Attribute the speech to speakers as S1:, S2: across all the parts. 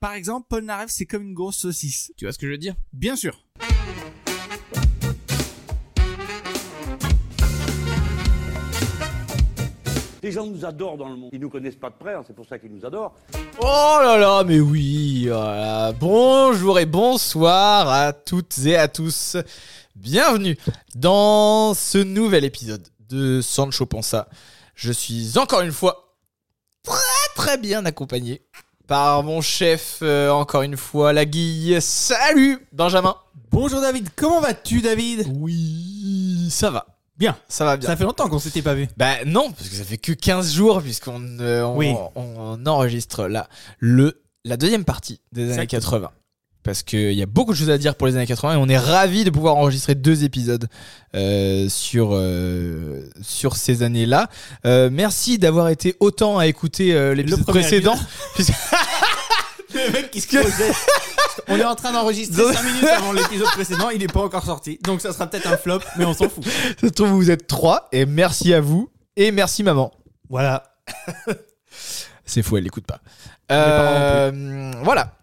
S1: par exemple, Paul Narev, c'est comme une grosse saucisse.
S2: Tu vois ce que je veux dire
S1: Bien sûr.
S3: Les gens nous adorent dans le monde. Ils nous connaissent pas de près, hein, c'est pour ça qu'ils nous adorent.
S2: Oh là là, mais oui voilà. Bonjour et bonsoir à toutes et à tous. Bienvenue dans ce nouvel épisode de Sancho Panza. Je suis encore une fois très très bien accompagné par mon chef, euh, encore une fois, la guille. Salut Benjamin
S1: Bonjour David, comment vas-tu David
S2: Oui, ça va.
S1: Bien.
S2: Ça va bien.
S1: Ça fait longtemps qu'on s'était pas vu.
S2: Bah non, parce que ça fait que 15 jours puisqu'on euh, on,
S1: Oui.
S2: on enregistre là le la deuxième partie des années
S1: Exact.
S2: 80. Parce qu'il y a beaucoup de choses à dire pour les années 80 et on est ravis de pouvoir enregistrer deux épisodes euh, sur, euh, sur ces années-là. Euh, merci d'avoir été autant à écouter euh, l'épisode
S1: premier
S2: précédent.
S1: Le mec qui se posait. On est en train d'enregistrer 5 minutes avant l'épisode précédent, il n'est pas encore sorti. Donc ça sera peut-être un flop, mais on s'en fout.
S2: Ça se trouve, vous êtes trois et merci à vous et merci maman.
S1: Voilà.
S2: C'est fou, elle l'écoute pas.
S1: parents
S2: Euh, voilà.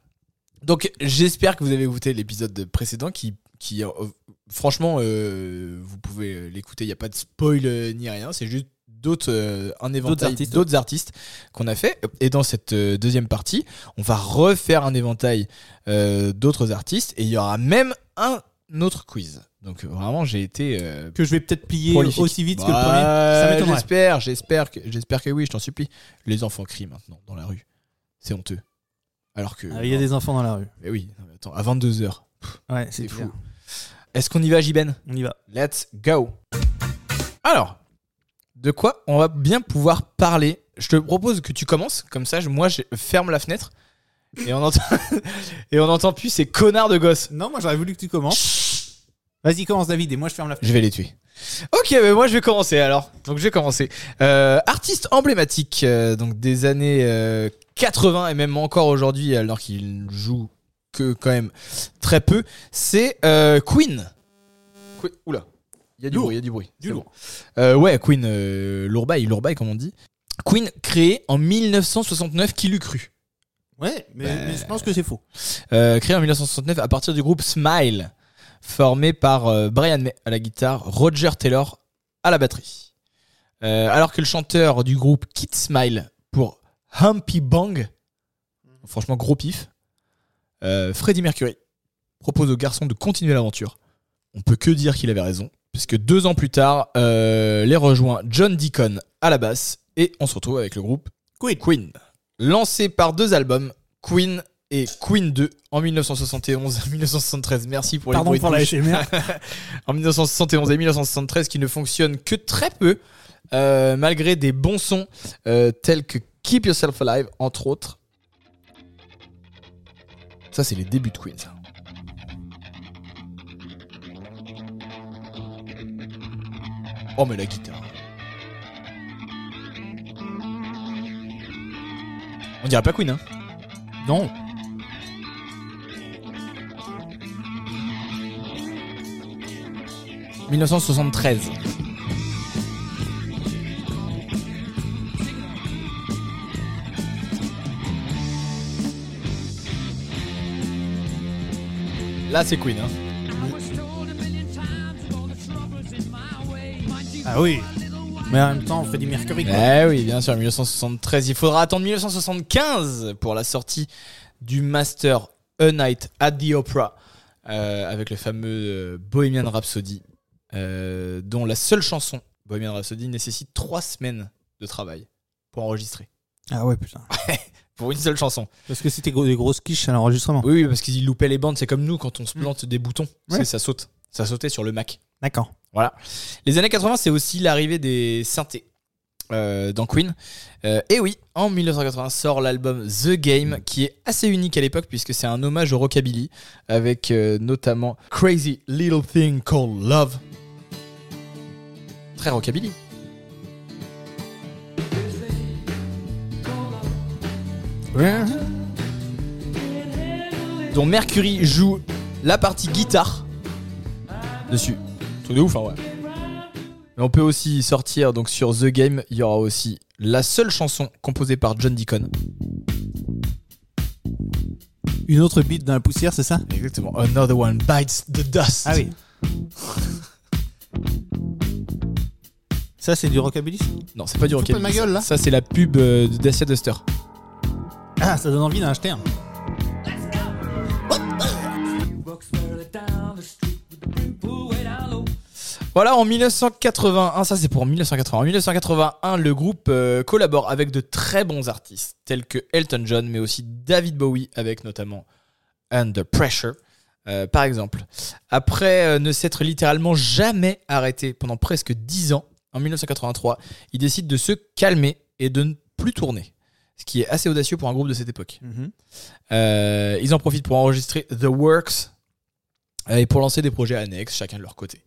S2: Donc j'espère que vous avez écouté l'épisode précédent qui, qui euh, franchement, euh, vous pouvez l'écouter. Il n'y a pas de spoil euh, ni rien. C'est juste d'autres, euh, un éventail
S1: artistes.
S2: d'autres artistes qu'on a fait. Et dans cette euh, deuxième partie, on va refaire un éventail euh, d'autres artistes et il y aura même un autre quiz. Donc vraiment, j'ai été euh,
S1: Que je vais peut-être plier
S2: Prolifique.
S1: aussi vite que le
S2: Bah,
S1: premier. Ça m'étonnerait.
S2: J'espère, j'espère que, j'espère que oui, je t'en supplie. Les enfants crient maintenant dans la rue. C'est honteux. Alors que.
S1: Ah, Il y a des enfants dans la rue.
S2: Mais oui, non, mais attends, à 22h.
S1: Ouais,
S2: C'est fou.
S1: clair.
S2: Est-ce qu'on y va, Jiben
S1: On y va.
S2: Let's go. Alors, de quoi on va bien pouvoir parler Je te propose que tu commences, comme ça, je- moi, je ferme la fenêtre. Et on entend, et on entend plus ces connards de gosses.
S1: Non, moi j'aurais voulu que tu commences. Vas-y, commence David et moi je ferme la fenêtre.
S2: Je vais les tuer. Ok, mais moi je vais commencer alors. Donc je vais commencer. Euh, artiste emblématique euh, donc des années euh, 80 et même encore aujourd'hui, alors qu'il joue que quand même très peu, c'est euh, Queen. Que- Oula, il y a du
S1: Lourd.
S2: bruit, il y a du bruit.
S1: Du
S2: C'est
S1: lourd.
S2: bon. Euh, ouais, Queen, euh, lourbaille, lourbaille comme on dit. Queen créé en 1969, qui l'eût cru
S1: Ouais, mais,
S2: Bah.
S1: mais je pense que c'est faux.
S2: Euh, créé en 1969 à partir du groupe Smile, formé par euh, Brian May à la guitare, Roger Taylor à la batterie. Euh, alors que le chanteur du groupe quitte Smile pour Humpy Bang, franchement gros pif, euh, Freddie Mercury propose au garçon de continuer l'aventure. On peut que dire qu'il avait raison, puisque deux ans plus tard, euh, les rejoint John Deacon à la basse, et on se retrouve avec le groupe
S1: Queen.
S2: Queen. Lancé par deux albums, Queen et Queen 2 en 1971-1973. Merci pour les
S1: Pardon
S2: bruits de
S1: pour la
S2: bouche.
S1: SMR.
S2: En 1971 et 1973, qui ne fonctionnent que très peu, euh, malgré des bons sons euh, tels que Keep Yourself Alive, entre autres. Ça, c'est les débuts de Queen, ça. Oh, mais la guitare. On dirait pas Queen, hein
S1: Non.
S2: « 1973. Là, c'est Queen. Hein.
S1: Ah oui. Mais en même temps, Freddie Mercury. quoi.
S2: Eh oui, bien sûr, 1973. Il faudra attendre 1975 pour la sortie du master A Night at the Opera euh, avec le fameux euh, Bohemian Rhapsody, euh, dont la seule chanson, Bohemian Rhapsody, nécessite trois semaines de travail pour enregistrer.
S1: Ah ouais, putain.
S2: Pour une seule chanson.
S1: Parce que c'était gros- des grosses quiches à l'enregistrement.
S2: Oui, oui, parce qu'ils loupaient les bandes. C'est comme nous quand on se
S1: Mm.
S2: plante des boutons.
S1: Ouais.
S2: C'est- Ça saute. Ça sautait sur le Mac.
S1: D'accord.
S2: Les années 80, c'est aussi l'arrivée des synthés euh, dans Queen. Euh, et oui, en 1980 sort l'album The Game, qui est assez unique à l'époque puisque c'est un hommage au rockabilly, avec euh, notamment Crazy Little Thing Called Love. Très rockabilly. dont Mercury joue la partie guitare dessus. Truc de ouf, hein, ouais. Mais on peut aussi sortir donc sur The Game, il y aura aussi la seule chanson composée par John Deacon.
S1: Une autre bite dans la poussière, c'est ça
S2: Exactement. Another one bites the dust.
S1: Ah oui. Ça, c'est du rockabilly ça
S2: Non, c'est pas du
S1: Fous pas
S2: rockabilly.
S1: de ma gueule, là.
S2: Ça, c'est la pub euh, de Dacia Duster.
S1: Ah, ça donne envie d'en acheter un.
S2: Voilà, en 1981, ça c'est pour 1980. En 1981, le groupe euh, collabore avec de très bons artistes tels que Elton John, mais aussi David Bowie, avec notamment Under Pressure, euh, par exemple. Après euh, ne s'être littéralement jamais arrêté pendant presque 10 ans, en 1983, il décide de se calmer et de ne plus tourner. Ce qui est assez audacieux pour un groupe de cette époque.
S1: Mm-hmm.
S2: Euh, ils en profitent pour enregistrer The Works euh, et pour lancer des projets annexes, chacun de leur côté.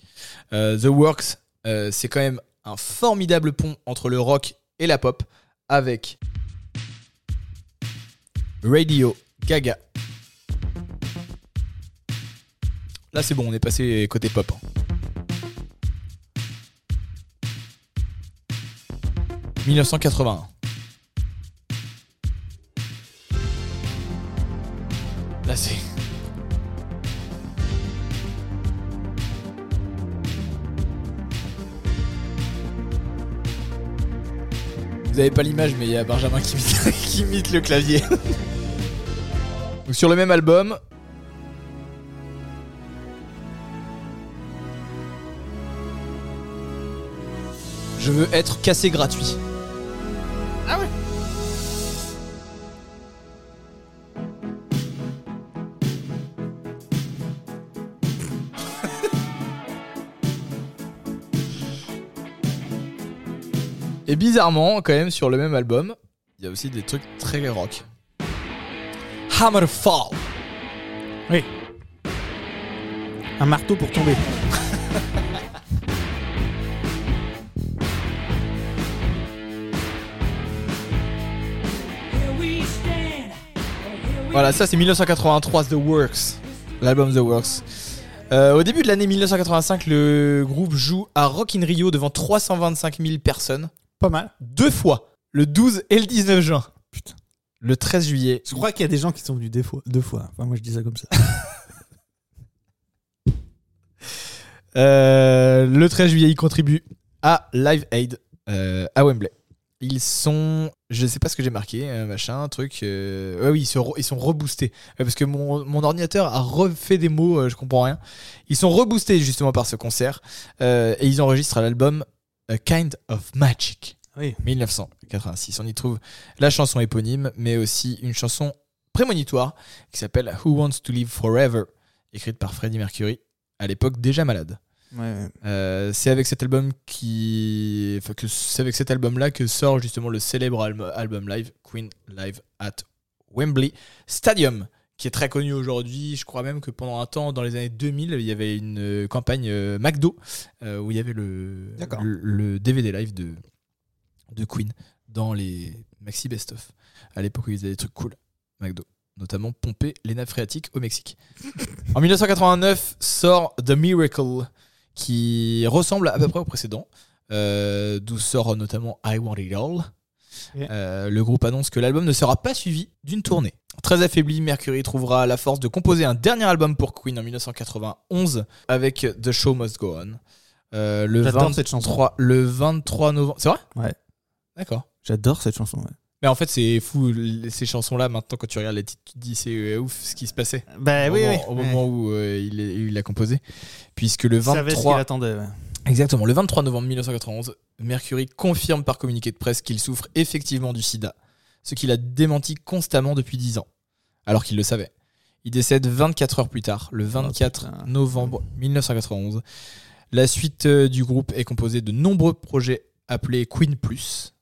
S2: Euh, The Works, euh, c'est quand même un formidable pont entre le rock et la pop avec Radio Gaga. Là, c'est bon, on est passé côté pop. hein. 1981. Là, c'est. Vous avez pas l'image, mais il y a Benjamin qui imite, qui imite le clavier. Donc, sur le même album. Je veux être cassé gratuit. Et bizarrement, quand même, sur le même album, il y a aussi des trucs très rock. Hammerfall.
S1: Oui. Un marteau pour tomber.
S2: Voilà, ça c'est 1983 The Works, l'album The Works. Euh, au début de l'année 1985, le groupe joue à Rock in Rio devant 325 000 personnes,
S1: Pas mal.
S2: deux fois, le 12 et le 19 juin.
S1: Putain.
S2: Le 13 juillet.
S1: Je crois qu'il y a des gens qui sont venus des fois, deux fois. Enfin, moi, je dis ça comme ça.
S2: Euh, le 13 juillet, ils contribuent à Live Aid euh, à Wembley. Ils sont, je sais pas ce que j'ai marqué, euh, machin, truc. euh, ouais, oui, ils, se re- ils sont reboostés. Ouais, parce que mon, mon ordinateur a refait des mots, euh, je comprends rien. Ils sont reboostés justement par ce concert euh, et ils enregistrent l'album A Kind of Magic.
S1: Oui.
S2: 1986. On y trouve la chanson éponyme, mais aussi une chanson prémonitoire qui s'appelle Who Wants to Live Forever, écrite par Freddie Mercury, à l'époque déjà malade.
S1: Ouais.
S2: Euh, c'est avec cet album qui, enfin, que c'est avec cet album-là que sort justement le célèbre alm- album live Queen Live at Wembley Stadium, qui est très connu aujourd'hui. Je crois même que pendant un temps, dans les années 2000, il y avait une euh, campagne euh, McDo euh, où il y avait le,
S1: D'accord.
S2: le, le DVD live de de Queen dans les maxi best-of. À l'époque où ils faisaient des trucs cool, McDo notamment pomper les nappes phréatiques au Mexique. en 1989 sort The Miracle, qui ressemble à peu près au précédent, euh, d'où sort notamment I Want It All.
S1: Yeah.
S2: Euh, le groupe annonce que l'album ne sera pas suivi d'une tournée. Très affaibli, Mercury trouvera la force de composer un dernier album pour Queen en 1991 avec The Show Must Go On. Euh, le,
S1: J'adore
S2: 23,
S1: cette chanson.
S2: le 23 novembre. C'est vrai
S1: Ouais.
S2: D'accord.
S1: J'adore cette chanson. ouais.
S2: Mais en fait, c'est fou, les- ces chansons-là, maintenant, quand tu regardes les titres, tu te dis c'est euh, ouf ce qui se passait
S1: Bah
S2: au, moment, au moment où euh, il est- il l'a composé. Puisque le
S1: Il savait ce qu'il
S2: 23,
S1: attendait. ouais.
S2: exactement, le 23 novembre 1991, Mercury confirme par communiqué de presse qu'il souffre effectivement du sida, ce qu'il a démenti constamment depuis 10 ans, alors qu'il le savait. Il décède 24 heures plus tard, le 24
S1: Oh, putain.
S2: novembre 1991. La suite euh, du groupe est composée de nombreux projets appelés Queen Plus,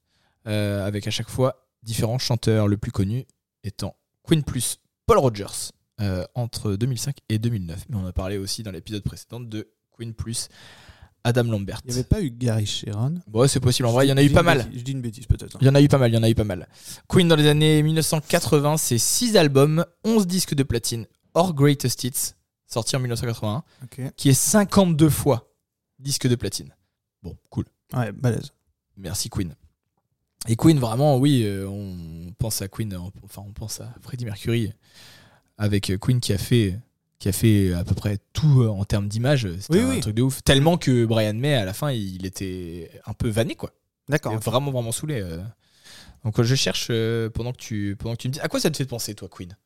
S2: euh, avec à chaque fois différents chanteurs, le plus connu étant Queen Plus Paul Rogers euh, entre 2005 et 2009. Mais on a parlé aussi dans l'épisode précédent de Queen Plus Adam Lambert.
S1: Il n'y avait pas eu Gary Sharon.
S2: Bon, c'est possible, en vrai, il y en a
S1: Je
S2: eu
S1: dis
S2: pas
S1: une
S2: mal.
S1: bêtise, Je dis une bêtise peut-être.
S2: Il y en a eu pas mal, il y en a eu pas mal. Queen dans les années 1980, c'est 6 albums, 11 disques de platine, hors Greatest Hits, sorti en 1981,
S1: Ok.
S2: qui est 52 fois disque de platine. Bon, cool.
S1: Ouais, balèze.
S2: Merci Queen. Et Queen, vraiment, oui, euh, on pense à Queen, euh, enfin on pense à Freddie Mercury avec euh, Queen qui a fait qui a fait à peu près tout euh, en termes d'image. C'était
S1: Oui,
S2: un
S1: oui.
S2: truc de ouf. Tellement que Brian May, à la fin, il était un peu vanné, quoi.
S1: D'accord.
S2: Il est Vraiment, vraiment saoulé. euh. Donc, euh, je cherche euh, pendant, que tu, pendant que tu me dis. À quoi ça te fait penser, toi, Queen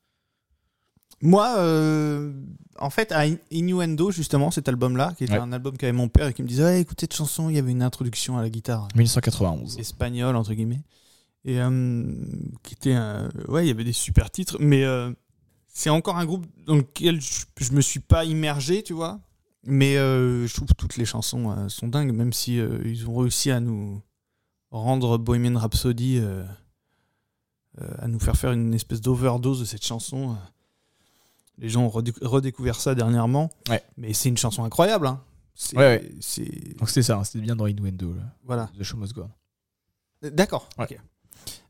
S1: Moi, euh, en fait, à In- Innuendo, justement, cet album-là, qui était
S2: Ouais.
S1: un album qu'avait mon père et qui me disait Ouais, écoute cette chanson, il y avait une introduction à la guitare
S2: 1991.
S1: espagnole, entre guillemets. Et euh, qui était un. Ouais, il y avait des super titres, mais euh, c'est encore un groupe dans lequel je, je me suis pas immergé, tu vois. Mais euh, je trouve que toutes les chansons euh, sont dingues, même si euh, ils ont réussi à nous rendre Bohemian Rhapsody, euh, euh, à nous faire faire une espèce d'overdose de cette chanson. euh. Les gens ont redéc- redécouvert ça dernièrement,
S2: Ouais.
S1: mais c'est une chanson incroyable. hein. C'est-
S2: Ouais, ouais.
S1: c'est
S2: Donc, c'était ça, hein, c'était bien dans Innuendo, là.
S1: voilà.
S2: The Show Must Go On.
S1: D'accord.
S2: Ouais.
S1: ok.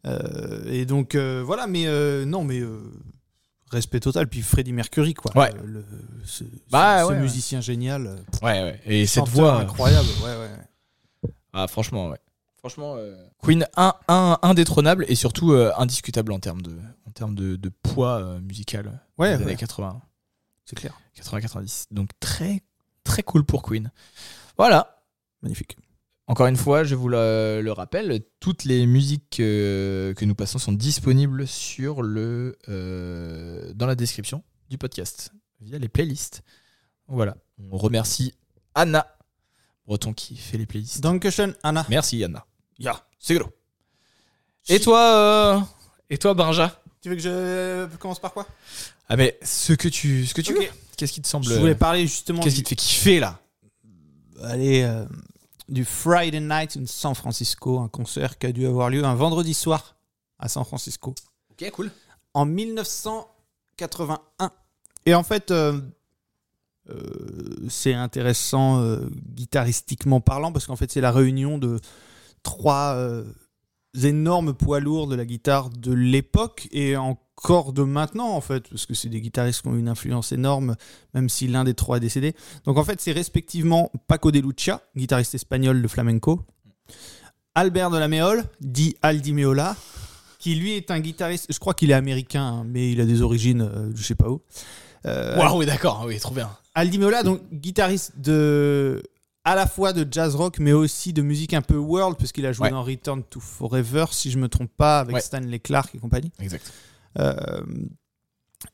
S1: Euh, et donc euh, voilà, mais euh, non, mais euh, respect total. Puis Freddie Mercury, quoi.
S2: Ouais.
S1: Euh, le- ce, ce-
S2: Bah,
S1: ce
S2: ouais, ouais.
S1: musicien génial. euh,
S2: Ouais, ouais. Et cette
S1: chanteur
S2: voix. euh.
S1: incroyable. Ouais, ouais.
S2: Ah, franchement, ouais. Franchement, euh, Queen, un, un- indétrônable et surtout euh, indiscutable en termes de, en termes de, de poids euh, musical
S1: Ouais,
S2: des années
S1: ouais.
S2: 80,
S1: C'est clair.
S2: 80-90. Donc, très, très cool pour Queen. Voilà.
S1: Magnifique.
S2: Encore une fois, je vous le, le rappelle, toutes les musiques euh, que nous passons sont disponibles sur le, euh, dans la description du podcast via les playlists. Voilà. On remercie Anna Breton qui fait les playlists.
S1: Dankeschön, Anna.
S2: Merci Anna.
S1: Ya.
S2: c'est gros. Et toi, euh, et toi, Benja
S1: Tu veux que je euh, commence par quoi
S2: Ah mais ce que tu, ce que tu
S1: Ok.
S2: veux. Qu'est-ce qui te semble euh,
S1: Je voulais parler justement.
S2: Qu'est-ce
S1: du-
S2: qui te fait kiffer là
S1: allez, euh, du Friday Night in San Francisco, un concert qui a dû avoir lieu un vendredi soir à San Francisco.
S2: Ok, cool.
S1: en 1981. Et en fait, euh, euh, c'est intéressant euh, guitaristiquement parlant parce qu'en fait, c'est la réunion de trois euh, énormes poids lourds de la guitare de l'époque et encore de maintenant, en fait, parce que c'est des guitaristes qui ont une influence énorme, même si l'un des trois est décédé. Donc en fait, c'est respectivement Paco de Lucia, guitariste espagnol de flamenco, Albert de la Méole, dit Aldi Meola, qui lui est un guitariste, je crois qu'il est américain, hein, mais il a des origines, euh, je sais pas où. Euh,
S2: Waouh, oui, d'accord, Ah oui, trop bien.
S1: Aldi Meola, donc guitariste de à la fois de jazz rock, mais aussi de musique un peu world, puisqu'il a joué
S2: Ouais.
S1: dans Return to Forever, si je me trompe pas, avec
S2: Ouais.
S1: Stanley Clark et compagnie.
S2: Exact.
S1: Euh,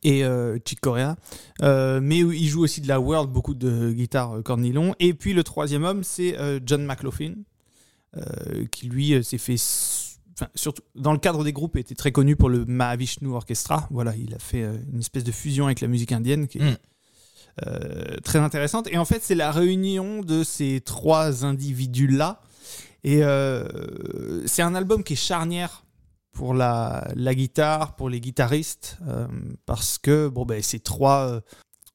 S1: et euh, Chick Corea. Euh, mais où il joue aussi de la world, beaucoup de guitare euh, cornilon. Et puis le troisième homme, c'est euh, John McLaughlin, euh, qui lui euh, s'est fait. s- Enfin, surtout dans le cadre des groupes, était très connu pour le Mahavishnu Orchestra. Voilà, il a fait euh, une espèce de fusion avec la musique indienne qui est
S2: Mm.
S1: euh, très intéressante. Et en fait, c'est la réunion de ces trois individus-là. Et euh, c'est un album qui est charnière pour la, la guitare, pour les guitaristes, euh, parce que bon, ben, ces trois euh,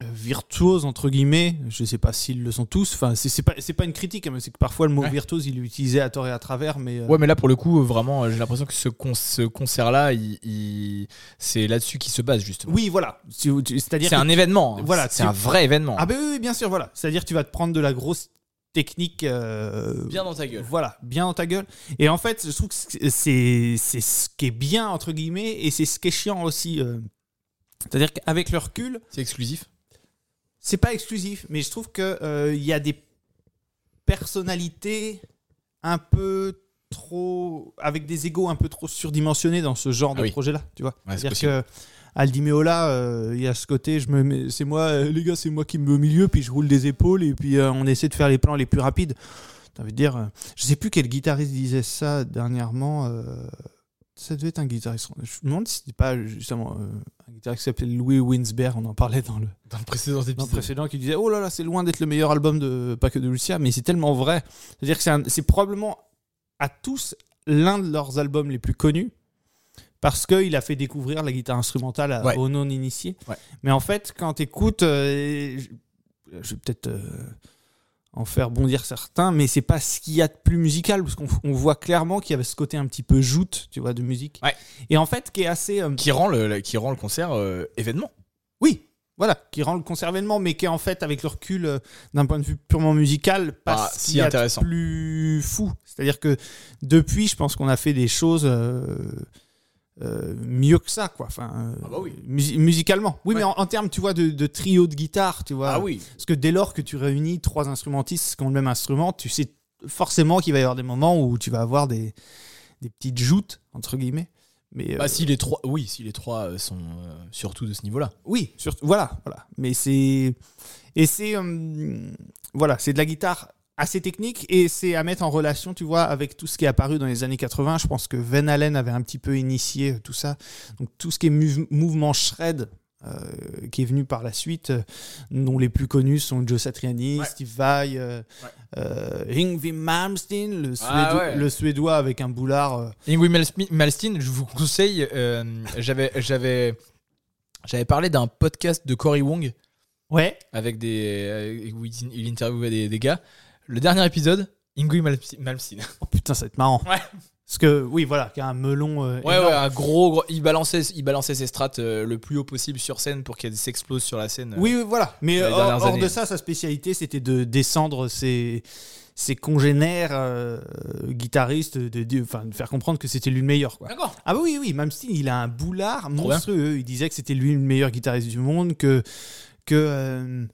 S1: virtuoses, entre guillemets, je ne sais pas s'ils le sont tous, enfin, c'est c'est pas, c'est pas une critique, hein, mais c'est que parfois le mot
S2: Ouais.
S1: virtuose, il est utilisé à tort et à travers, mais euh,
S2: Ouais, mais là pour le coup, vraiment, euh, j'ai l'impression que ce, con- ce concert-là, il- il- c'est là-dessus qu'il se base justement.
S1: oui, voilà. Si vous- tu- C'est-à-dire
S2: C'est
S1: que-
S2: un événement. hein.
S1: Voilà,
S2: c'est
S1: tu-
S2: un vrai événement.
S1: Ah ben oui, oui, bien sûr, voilà. C'est-à-dire que tu vas te prendre de la grosse technique. euh,
S2: bien dans ta gueule.
S1: Voilà, bien dans ta gueule. Et en fait, je trouve que c'est- c'est c'est ce qui est bien, entre guillemets, et c'est ce qui est chiant aussi. euh. C'est-à-dire qu'avec le recul,
S2: C'est exclusif.
S1: c'est pas exclusif, mais je trouve que euh, il y a des personnalités un peu trop avec des égos un peu trop surdimensionnés dans ce genre
S2: Ah
S1: de
S2: oui.
S1: projet-là, tu vois.
S2: Ouais, c'est
S1: C'est-à-dire que Aldi Meola, euh, il y a ce côté, je me, mets- c'est moi, euh, les gars, c'est moi qui me mets au milieu, puis je roule des épaules et puis euh, on essaie de faire les plans les plus rapides. T'as envie de dire, euh, je sais plus quel guitariste disait ça dernièrement. euh, ça devait être un guitariste. Je me demande si c'était pas justement euh, un guitariste qui s'appelle Louis Winsberg. On en parlait dans le
S2: Dans le précédent
S1: dans le
S2: épisode.
S1: précédent qui disait Oh là là, c'est loin d'être le meilleur album de Paco de Lucia, mais c'est tellement vrai. C'est-à-dire que c'est un- c'est probablement à tous l'un de leurs albums les plus connus parce qu'il a fait découvrir la guitare instrumentale à-
S2: Ouais.
S1: aux non-initiés.
S2: Ouais.
S1: Mais en fait, quand tu écoutes, je je vais peut-être euh, en faire bondir certains, mais c'est pas ce qu'il y a de plus musical parce qu'on on voit clairement qu'il y avait ce côté un petit peu joute, tu vois, de musique.
S2: Ouais.
S1: Et en fait, qui est assez. euh,
S2: Qui rend le, le- qui rend le concert euh, événement.
S1: oui, voilà, qui rend le concert événement, mais qui est en fait, avec le recul, euh, d'un point de vue purement musical,
S2: Pas
S1: pas
S2: si
S1: si intéressant.
S2: intéressant.
S1: plus fou. C'est-à-dire que depuis, je pense qu'on a fait des choses euh, euh, mieux que ça, quoi. Enfin, euh,
S2: Ah bah oui.
S1: musi- musicalement. Oui,
S2: Ouais. Ah
S1: mais en, en termes, tu vois, de, de trio de guitare, tu vois.
S2: oui.
S1: Parce que dès lors que tu réunis trois instrumentistes qui ont le même instrument, tu sais forcément qu'il va y avoir des moments où tu vas avoir des, des petites joutes, entre guillemets. Mais, euh,
S2: Bah, si les trois, oui, si les trois euh, sont euh, surtout de ce niveau-là.
S1: Oui, surtout. Voilà, voilà. Mais c'est et c'est hum, voilà, c'est de la guitare assez technique et c'est à mettre en relation, tu vois, avec tout ce qui est apparu dans les années 80. Je pense que Van Halen avait un petit peu initié euh, tout ça. Donc tout ce qui est mu- mouvement shred. euh, qui est venu par la suite, euh, dont les plus connus sont Joe Satriani,
S2: Ouais.
S1: Steve Vai, euh, euh, Yngwie Malmsteen, le,
S2: Ah
S1: Suédo-
S2: ouais.
S1: le Suédois avec un boulard. euh,
S2: Ingrid Malsmi- Malmsteen, je vous conseille, euh, j'avais, j'avais, j'avais parlé d'un podcast de Cory Wong
S1: Ouais.
S2: avec des, euh, où il, il interviewait des, des gars. Le dernier épisode, Ingrid Malmsteen. Malmsteen.
S1: Oh putain, ça va être marrant.
S2: Ouais.
S1: Parce que, oui, voilà, qui a un melon. euh,
S2: Ouais,
S1: énorme.
S2: ouais, un gros, gros- il balançait, il balançait ses strates euh, le plus haut possible sur scène pour qu'elles s'explosent sur la scène. euh,
S1: Oui, oui, voilà. Mais
S2: Dans les
S1: hors,
S2: dernières
S1: hors
S2: années.
S1: de ça, sa spécialité, c'était de descendre ses, ses congénères euh, guitaristes, de, de- enfin, de faire comprendre que c'était lui le meilleur. Quoi.
S2: D'accord.
S1: Ah bah oui, oui, Malmsteen, il a un boulard
S2: bien.
S1: monstrueux. Il disait que c'était lui le meilleur guitariste du monde, que... Que, euh,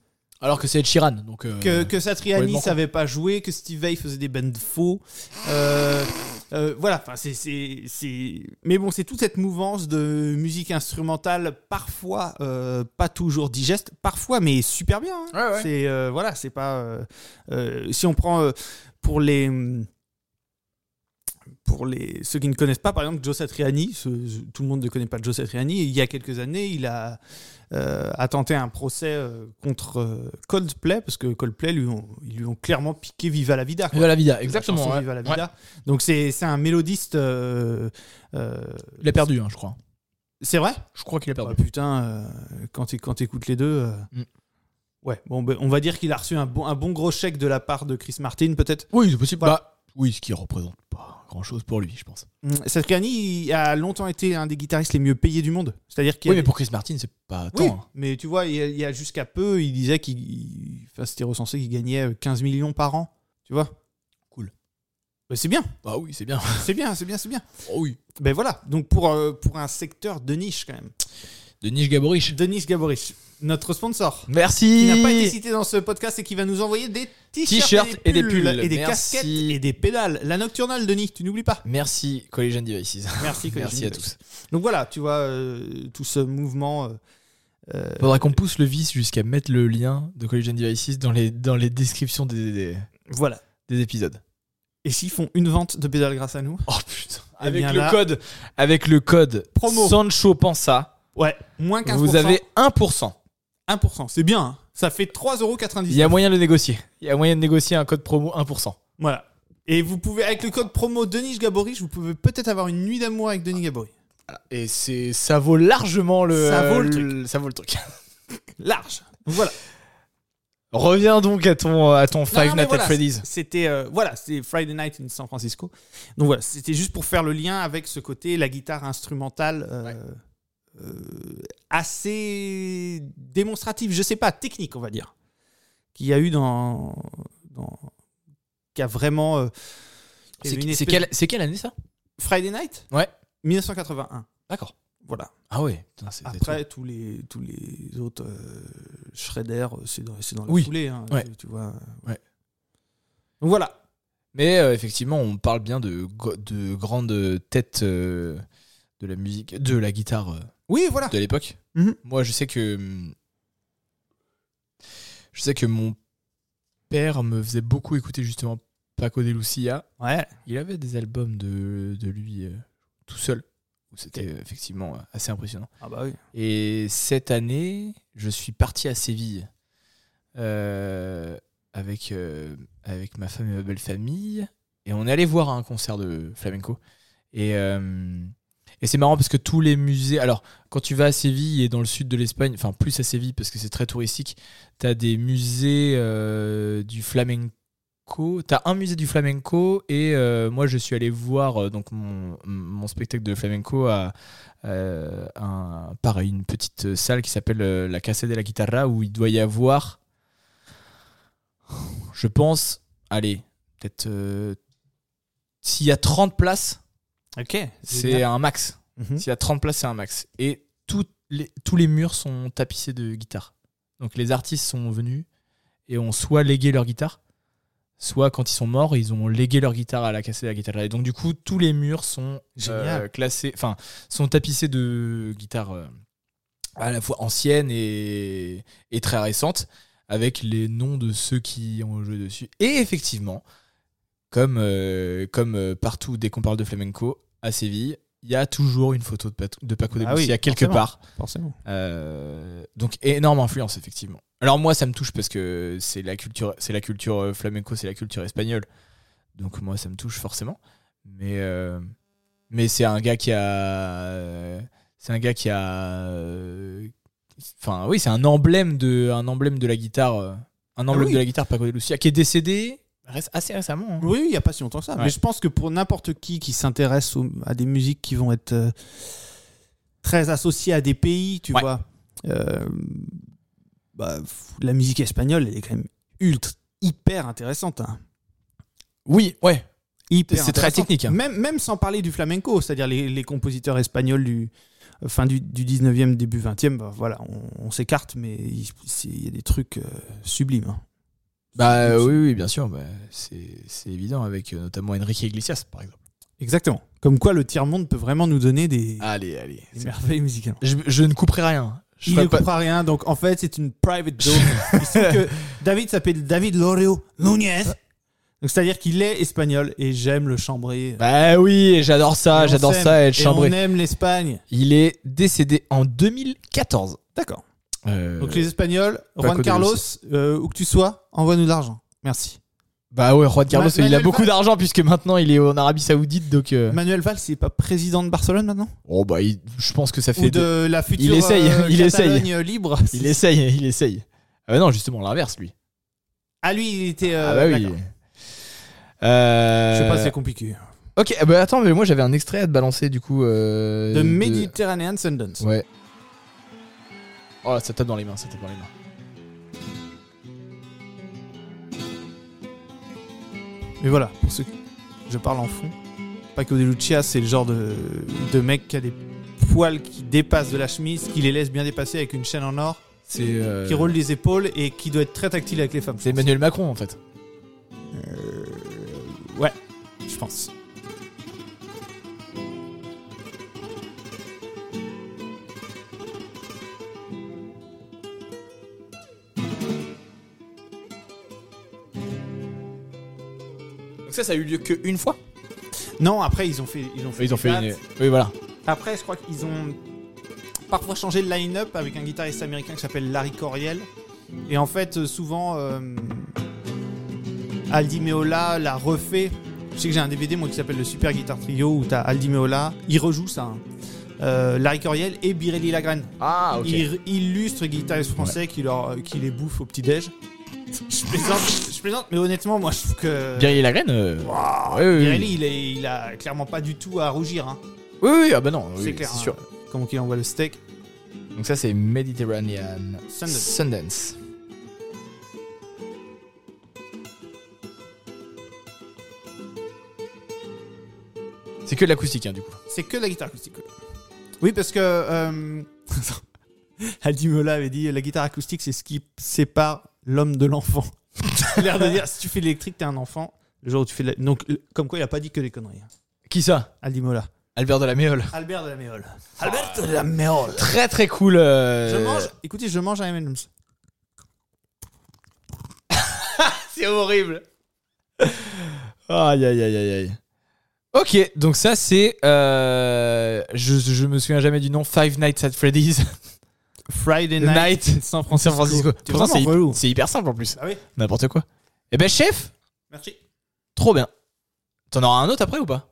S2: Alors que c'est Ed Sheeran, donc. euh,
S1: que, que Satriani
S2: complètement con.
S1: savait pas jouer, que Steve Vai faisait des bandes faux. Euh, euh, voilà, enfin, c'est- c'est. c'est- Mais bon, c'est toute cette mouvance de musique instrumentale, parfois euh, pas toujours digeste, parfois, mais super bien. hein.
S2: Ouais, ouais.
S1: C'est euh, voilà, c'est pas euh, euh, si on prend euh, pour les pour les ceux qui ne connaissent pas par exemple Joe Satriani, ce- ce- tout le monde ne connaît pas Joe Satriani, il y a quelques années, il a euh, a tenté un procès euh, contre euh, Coldplay parce que Coldplay lui ont, ils lui ont clairement piqué Viva la vida. quoi.
S2: Viva la vida,
S1: La
S2: exactement.
S1: chanson
S2: ouais.
S1: Viva la
S2: Ouais.
S1: vida. Donc c'est c'est un mélodiste euh, euh,
S2: Il a perdu, hein, je crois.
S1: c'est vrai
S2: Je crois qu'il a perdu.
S1: Ouais, putain, euh, quand t'é- quand t'écoutes les deux. euh,
S2: Mm.
S1: Ouais, bon, ben, on va dire qu'il a reçu un bon, un bon gros chèque de la part de Chris Martin, peut-être.
S2: Oui, c'est possible.
S1: Voilà.
S2: Bah, oui, ce qui représente pas grand chose pour lui, je pense.
S1: Mm, Satriani il a longtemps été un des guitaristes les mieux payés du monde. C'est-à-dire qu'il y a
S2: Oui, mais
S1: des-
S2: pour Chris Martin, c'est pas tant.
S1: Oui,
S2: hein.
S1: mais tu vois, il y a, il y a jusqu'à peu, il disait qu'il. il- Enfin, c'était recensé qu'il gagnait 15 millions par an, tu vois.
S2: Cool.
S1: Ben, c'est bien,
S2: Bah oui, c'est bien.
S1: c'est bien, c'est bien, c'est bien.
S2: Oh oui.
S1: Ben voilà, donc pour, euh, pour un secteur de niche quand même.
S2: Denis Gaborich.
S1: Denis Gaboris, notre sponsor. qui
S2: Merci.
S1: n'a pas été cité dans ce podcast et qui va nous envoyer des t-shirts
S2: T-shirts et des pulls.
S1: et des
S2: Merci.
S1: casquettes et des pédales. La nocturnale, Denis, tu n'oublies pas.
S2: Merci Collision Devices.
S1: Merci, Collision
S2: Merci à
S1: Devices.
S2: tous.
S1: Donc voilà, tu vois euh, tout ce mouvement. euh, euh,
S2: Faudra qu'on pousse le vice jusqu'à mettre le lien de Collision Devices dans les, dans les descriptions des, des,
S1: voilà.
S2: des épisodes.
S1: Et s'ils font une vente de pédales grâce à nous
S2: Oh putain.
S1: Eh
S2: Avec
S1: bien
S2: le
S1: là-
S2: code avec le code
S1: Promo.
S2: Sancho Pensa,
S1: Ouais, moins 15%.
S2: vous avez 1%.
S1: 1%, c'est bien. hein. Ça fait 3,99€.
S2: Il y a moyen de négocier. Il y a moyen de négocier un code promo 1%.
S1: Voilà. Et vous pouvez, avec le code promo Denis Gaboris, vous pouvez peut-être avoir une nuit d'amour avec Denis Gaboris.
S2: Et c'est ça vaut largement le
S1: Ça vaut le
S2: ça vaut le truc.
S1: Large. Donc voilà.
S2: Reviens donc à ton à ton
S1: Non,
S2: Five
S1: non, mais
S2: Nights
S1: voilà,
S2: at Freddy's.
S1: C'était euh, voilà, c'est Friday Night in San Francisco. Donc voilà, c'était juste pour faire le lien avec ce côté la guitare instrumentale euh, euh, assez démonstrative, je sais pas, technique on va dire, qu'il y a eu dans, dans qui a vraiment euh, il y a eu une espèce-
S2: c'est quelle année ça
S1: Friday Night
S2: Ouais.
S1: 1981.
S2: D'accord.
S1: Voilà.
S2: Ah ouais. putain, c'est des trucs.
S1: Après tous les tous les autres euh, Shredder, c'est dans, c'est dans la
S2: Oui.
S1: foulée, hein,
S2: Ouais.
S1: tu vois.
S2: Ouais.
S1: Donc voilà.
S2: Mais euh, effectivement, on parle bien de go- de grandes têtes euh, de la musique, de la guitare euh,
S1: Oui, voilà.
S2: de l'époque.
S1: Mhm.
S2: Moi, je sais que hum, je sais que mon père me faisait beaucoup écouter justement Paco de Lucia.
S1: Ouais.
S2: Il avait des albums de, de lui euh, tout seul, où c'était euh, effectivement euh, assez impressionnant.
S1: Ah bah oui.
S2: Et cette année, je suis parti à Séville euh, avec, euh, avec ma femme et ma belle famille, et on est allé voir un concert de flamenco. Et, euh, et c'est marrant parce que tous les musées. Alors, quand tu vas à Séville et dans le sud de l'Espagne, enfin plus à Séville parce que c'est très touristique, t'as des musées euh, du flamenco. T'as un musée du flamenco et euh, moi je suis allé voir euh, donc mon, mon spectacle de flamenco à euh, un, pareil, une petite salle qui s'appelle euh, la Casa de la Guitarra où il doit y avoir, je pense, allez, peut-être euh, s'il y a 30 places,
S1: Ok.
S2: c'est un max.
S1: Mhm.
S2: S'il y a 30 places, c'est un max. Et toutes les, tous les murs sont tapissés de guitares. Donc les artistes sont venus et ont soit légué leur guitare, soit quand ils sont morts, ils ont légué leur guitare à la cassette de la guitare. Et donc du coup, tous les murs sont
S1: Génial.
S2: euh, classés, enfin, sont tapissés de guitares euh, à la fois anciennes et, et très récentes, avec les noms de ceux qui ont joué dessus. Et effectivement, comme, euh, comme euh, partout dès qu'on parle de flamenco à Séville, il y a toujours une photo de, Pat- de Paco de
S1: Ah
S2: Lucia
S1: oui,
S2: quelque
S1: forcément.
S2: part.
S1: forcément.
S2: Euh, donc énorme influence effectivement. Alors moi ça me touche parce que c'est la culture, c'est la culture euh, flamenco, c'est la culture espagnole. Donc moi ça me touche forcément. Mais euh, mais c'est un gars qui a, c'est un gars qui a, euh, enfin oui c'est un emblème de un emblème de la guitare, euh, un emblème
S1: oui.
S2: de la guitare Paco de Lucia qui est décédé reste assez récemment. hein.
S1: Oui, oui, il n'y a pas si longtemps que ça.
S2: Ouais.
S1: Mais je pense que pour n'importe qui qui s'intéresse au- à des musiques qui vont être euh, très associées à des pays, tu
S2: Ouais.
S1: vois, euh, bah, f- la musique espagnole, elle est quand même ultra, hyper intéressante. hein.
S2: Oui ouais.
S1: Hyper
S2: C'est très
S1: intéressante.
S2: technique, hein.
S1: Même, même sans parler du flamenco, c'est-à-dire les, les compositeurs espagnols du euh, fin du, du 19e, début 20e, bah, voilà, on, on s'écarte, mais il c'est- il y a des trucs euh, sublimes. hein.
S2: Bah
S1: Sublimes,
S2: euh,
S1: sublimes.
S2: oui oui bien sûr bah, c'est c'est évident avec euh, notamment Enrique Iglesias par exemple.
S1: Exactement. Comme quoi le tiers-monde peut vraiment nous donner des,
S2: Allez allez.
S1: des merveilles musicales.
S2: Je, je ne couperai rien. Je
S1: il
S2: ferai
S1: ne
S2: pas-
S1: comprend rien, donc en fait, c'est une private joke. Il se trouve que David s'appelle David Loreo Núñez. Donc, c'est-à-dire qu'il est espagnol et j'aime le chambrer.
S2: Bah oui, et j'adore ça,
S1: Et on
S2: j'adore
S1: s'aime,
S2: ça être
S1: et
S2: chambré.
S1: On aime l'Espagne.
S2: Il est décédé en 2014.
S1: D'accord.
S2: Euh,
S1: Donc, les Espagnols,
S2: Paco
S1: Juan
S2: de
S1: Carlos, euh, où que tu sois, envoie-nous de l'argent. Merci.
S2: Bah ouais, Juan Carlos, il a
S1: Manuel
S2: beaucoup
S1: Valls.
S2: d'argent puisque maintenant il est en Arabie Saoudite, donc. euh,
S1: Manuel Valls, il n'est pas président de Barcelone maintenant
S2: Oh bah, il- je pense que ça fait.
S1: Ou
S2: deux-
S1: de la future
S2: Il essaye,
S1: euh,
S2: il essaye.
S1: Catalogne libre
S2: Il essaye, il essaye. Ah bah non, justement l'inverse, lui.
S1: Ah, lui, il était. euh,
S2: ah bah oui.
S1: d'accord.
S2: Euh,
S1: Je sais pas, c'est compliqué.
S2: Ok, ah bah attends, mais moi j'avais un extrait à te balancer du coup. euh,
S1: The Mediterranean Sundance.
S2: Ouais. Oh là, ça tape dans les mains, ça tape dans les mains.
S1: Mais voilà, pour ceux qui... Je parle en fond. Paco de Lucia, c'est le genre de, de mec qui a des poils qui dépassent de la chemise, qui les laisse bien dépasser avec une chaîne en or,
S2: C'est. euh,
S1: qui roule les épaules et qui doit être très tactile avec les femmes.
S2: C'est Emmanuel Macron en fait.
S1: Ouais, je pense.
S2: Donc ça, ça a eu lieu qu'une fois.
S1: Non, après, ils ont fait. Ils ont fait,
S2: Ils ont
S1: des
S2: fait
S1: dates.
S2: une. Oui, voilà.
S1: Après, je crois qu'ils ont parfois changé le line-up avec un guitariste américain qui s'appelle Larry Coriel. Et en fait, euh, souvent, euh, Aldi Meola l'a refait. Je sais que j'ai un DVD moi qui s'appelle le Super Guitar Trio où t'as Aldi Meola, il rejoue ça. hein. Euh, Larry Coriel et Birelli Lagrène.
S2: Ah, ok.
S1: Il illustre guitariste français qui, leur, euh, qui les bouffe au petit-déj. Je plaisante, je plaisante, mais honnêtement, moi je trouve que.
S2: Birelli Lagrène euh,
S1: Waouh,
S2: oui, oui,
S1: Birelli,
S2: oui.
S1: il, est- il a clairement pas du tout à rougir. hein.
S2: Oui, oui, ah bah non, oui,
S1: c'est clair.
S2: sûr.
S1: hein. Comment qu'il envoie le steak.
S2: Donc ça, c'est Mediterranean
S1: Sundance.
S2: Sundance. C'est que de l'acoustique, hein, du coup.
S1: C'est que de la guitare acoustique. oui. Oui, parce que euh, Aldi Meola avait dit la guitare acoustique, c'est ce qui sépare l'homme de l'enfant. Il a l'air de dire si tu fais de l'électrique, t'es un enfant. Le jour où tu fais de la- Donc, le- comme quoi, il a pas dit que des conneries. hein.
S2: Qui ça
S1: Aldi Meola.
S2: Albert de la Méole.
S1: Albert de la Méole. Albert de la Méole.
S2: Très très cool. euh,
S1: Je mange. Écoutez, je mange un M&M's.
S2: C'est horrible. aïe aïe aïe aïe aïe. Ok, donc ça c'est. euh, je, je me souviens jamais du nom. Five Nights at Freddy's.
S1: Friday
S2: The Night.
S1: night. San Francisco.
S2: San Francisco.
S1: T'es
S2: Pourtant, c'est
S1: vraiment
S2: hy-
S1: relou.
S2: c'est hyper simple en plus.
S1: Ah oui.
S2: N'importe quoi. Eh ben, chef,
S1: Merci.
S2: trop bien. T'en auras un autre après ou pas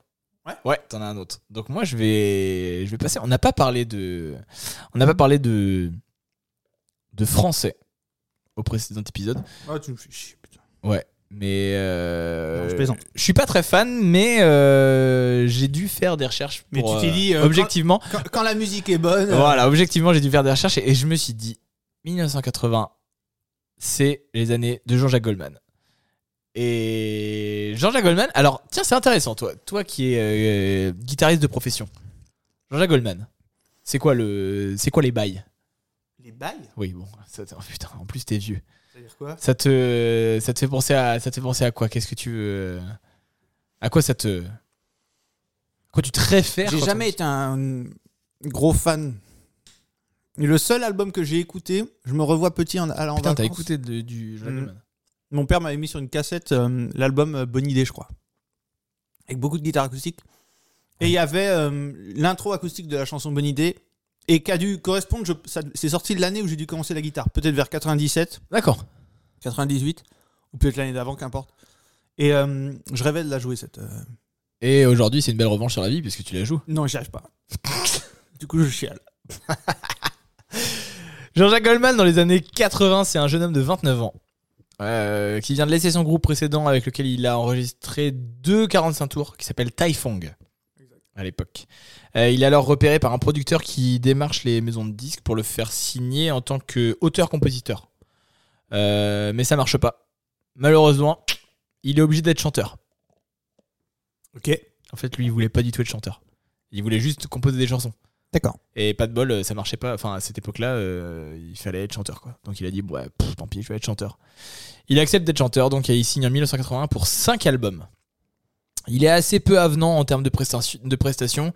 S1: Ouais.
S2: Ouais, t'en as un autre. Donc moi, je vais, je vais passer. On n'a pas parlé de, on n'a pas parlé de, de français au précédent épisode.
S1: Ah, tu me fais chier, putain.
S2: Ouais. Mais euh,
S1: Non, je plaisante.
S2: je suis pas très fan, mais euh, j'ai dû faire des recherches.
S1: Mais
S2: pour,
S1: tu t'es
S2: euh,
S1: dit, euh,
S2: objectivement,
S1: Quand, quand la musique est bonne. euh,
S2: voilà, objectivement, j'ai dû faire des recherches et, et je me suis dit, 1980, c'est les années de Jean-Jacques Goldman. Et Jean-Jacques Goldman, alors tiens, c'est intéressant, toi, toi qui es euh, guitariste de profession. Jean-Jacques Goldman. C'est quoi le, c'est quoi les bails
S1: euh, Les bails
S2: Oui, bon, ça- oh, putain, en plus t'es vieux.
S1: C'est-à-dire quoi
S2: Ça te, ça te fait penser à, ça te fait penser à quoi Qu'est-ce que tu, veux à quoi ça te, à quoi tu te réfères
S1: J'ai
S2: quand
S1: jamais
S2: on-
S1: été un gros fan. Le seul album que j'ai écouté, je me revois petit en allant en
S2: Putain, t'as
S1: vacances.
S2: écouté de- du Jean-Jacques
S1: Mhm.
S2: Goldman.
S1: Mon père m'avait mis sur une cassette euh, l'album euh, Bonne idée, je crois. Avec beaucoup de guitare acoustique. Et il y avait euh, l'intro acoustique de la chanson Bonne idée. Et qui a dû correspondre, je- ça- c'est sorti de l'année où j'ai dû commencer la guitare. Peut-être vers 97,
S2: D'accord.
S1: 98, ou peut-être l'année d'avant, qu'importe. Et euh, je rêvais de la jouer cette. euh,
S2: Et aujourd'hui, c'est une belle revanche sur la vie puisque tu la joues.
S1: Non, j'y arrive pas. du coup, je chiale.
S2: Jean-Jacques Goldman, dans les années 80, c'est un jeune homme de 29 ans euh, qui vient de laisser son groupe précédent avec lequel il a enregistré deux 45 tours qui s'appelle Typhong à l'époque. Euh, il est alors repéré par un producteur qui démarche les maisons de disques pour le faire signer en tant qu'auteur-compositeur. Euh, mais ça marche pas. Malheureusement, il est obligé d'être chanteur.
S1: Ok.
S2: En fait, lui, il voulait pas du tout être chanteur. Il voulait juste composer des chansons.
S1: D'accord.
S2: Et pas de bol, euh, ça marchait pas. Enfin, à cette époque-là, euh, il fallait être chanteur, quoi. Donc il a dit, ouais, pff, tant pis, je vais être chanteur. Il accepte d'être chanteur, donc il signe en 1981 pour 5 albums. Il est assez peu avenant en termes de, prestation- de prestations,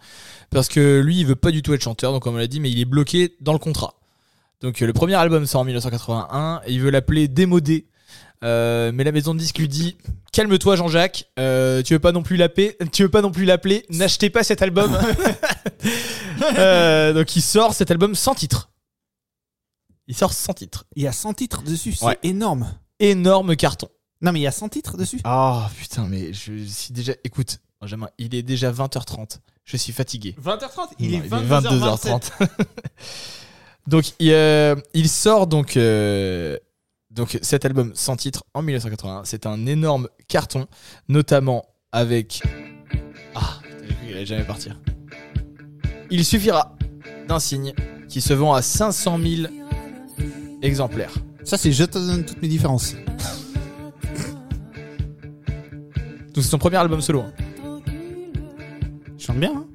S2: parce que lui, il veut pas du tout être chanteur, donc comme on l'a dit, mais il est bloqué dans le contrat. Donc euh, le premier album sort en 1981, et il veut l'appeler Démodé. Euh, mais la maison de disques lui dit calme-toi Jean-Jacques, euh, tu veux pas non plus l'appeler, tu veux pas non plus l'appeler, n'achetez pas cet album. Euh, donc il sort cet album sans titre. Il sort sans titre.
S1: Il y a 100 titres dessus, c'est
S2: Ouais.
S1: énorme.
S2: Énorme carton.
S1: Non, mais il y a 100 titres dessus.
S2: Ah putain, mais je suis déjà. Écoute, Benjamin, il est déjà 20h30. Je suis fatigué.
S1: 20h30
S2: Non, 22h30. donc il, euh, il sort donc, euh, donc cet album sans titre en 1981. C'est un énorme carton, notamment avec. Ah, j'ai cru qu'il allait jamais partir. Il suffira d'un signe qui se vend à 500 000 exemplaires.
S1: Ça, c'est Je te donne toutes mes différences.
S2: Donc c'est son premier album solo. hein.
S1: Je chante bien, hein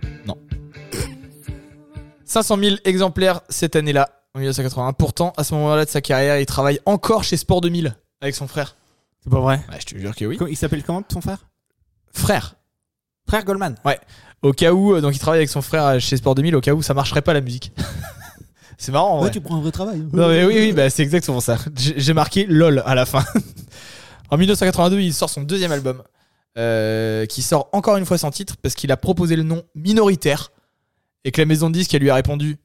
S2: 500 000 exemplaires cette année-là, en 1981. Pourtant, à ce moment-là de sa carrière, il travaille encore chez Sport 2000 avec son frère.
S1: C'est pas vrai.
S2: Ouais, je te jure que oui.
S1: Il s'appelle comment ton frère
S2: Frère
S1: Frère Goldman.
S2: au cas où, euh, donc il travaille avec son frère chez Sport 2000, au cas où ça marcherait pas la musique. c'est marrant, ouais.
S1: prends un vrai travail. hein.
S2: Non, mais oui, oui, bah, c'est exactement ça. J'ai j'ai marqué LOL à la fin. en 1982, il sort son deuxième album, euh, qui sort encore une fois sans titre, parce qu'il a proposé le nom Minoritaire, et que la maison de disques, elle lui a répondu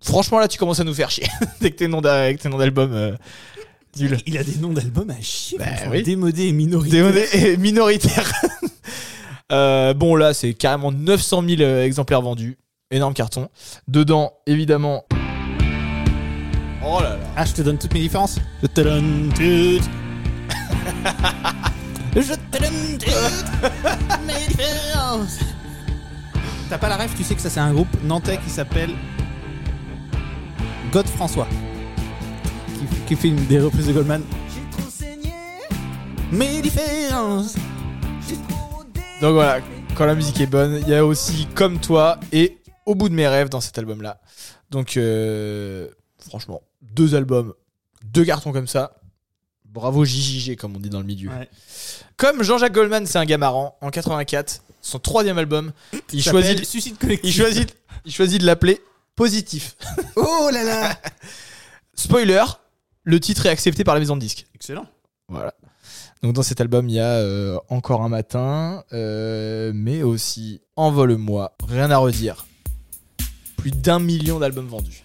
S2: Franchement, là, tu commences à nous faire chier, dès que tes noms d'a- avec tes noms d'album. euh, nuls.
S1: Il a des noms d'albums à chier.
S2: Bah
S1: enfin,
S2: oui.
S1: Démodé et minorité.
S2: Démodé et minoritaire. Euh, bon, là, c'est carrément 900 000 euh, exemplaires vendus. Énorme carton. Dedans, évidemment. Oh là là.
S1: Ah, je te donne toutes mes différences. Je te donne toutes. je te donne toutes mes différences. T'as pas la rêve, tu sais que ça c'est un groupe nantais qui s'appelle God François. Qui, fait- qui fait une des reprises de Goldman.
S4: J'ai trop saigné,
S1: Mes différences.
S4: j'ai trop
S2: Donc voilà, quand la musique est bonne, il y a aussi Comme toi et Au bout de mes rêves dans cet album-là. Donc, euh, franchement, deux albums, deux cartons comme ça. Bravo JJG, comme on dit dans le milieu.
S1: Ouais.
S2: Comme Jean-Jacques Goldman, c'est un gars marrant, en 84, son troisième album, il choisit,
S1: le suicide collectif.
S2: Il choisit, il choisit de l'appeler Positif.
S1: Oh là là.
S2: Spoiler, le titre est accepté par la maison de disques.
S1: Excellent.
S2: Voilà. Donc dans cet album, il y a euh, Encore un matin, euh, mais aussi Envole-moi, rien à redire. Plus d'un million d'albums vendus.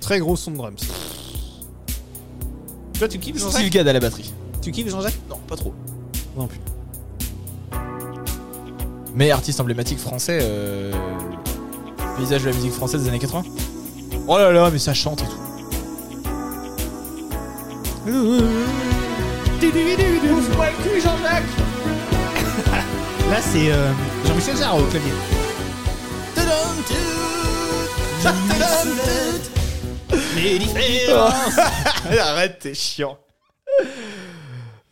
S1: Très gros son de drums. Toi, tu kiffes
S2: Steve Gadd à la batterie.
S1: Tu kiffes Jean-Jacques
S2: Non, pas trop.
S1: Non, putain.
S2: Mais artiste emblématique français, euh, paysage de la musique française des années 80. Oh là là, mais ça chante et tout.
S1: Là, c'est euh, Jean-Michel Jarre au clavier.
S2: Ah. Arrête, t'es chiant.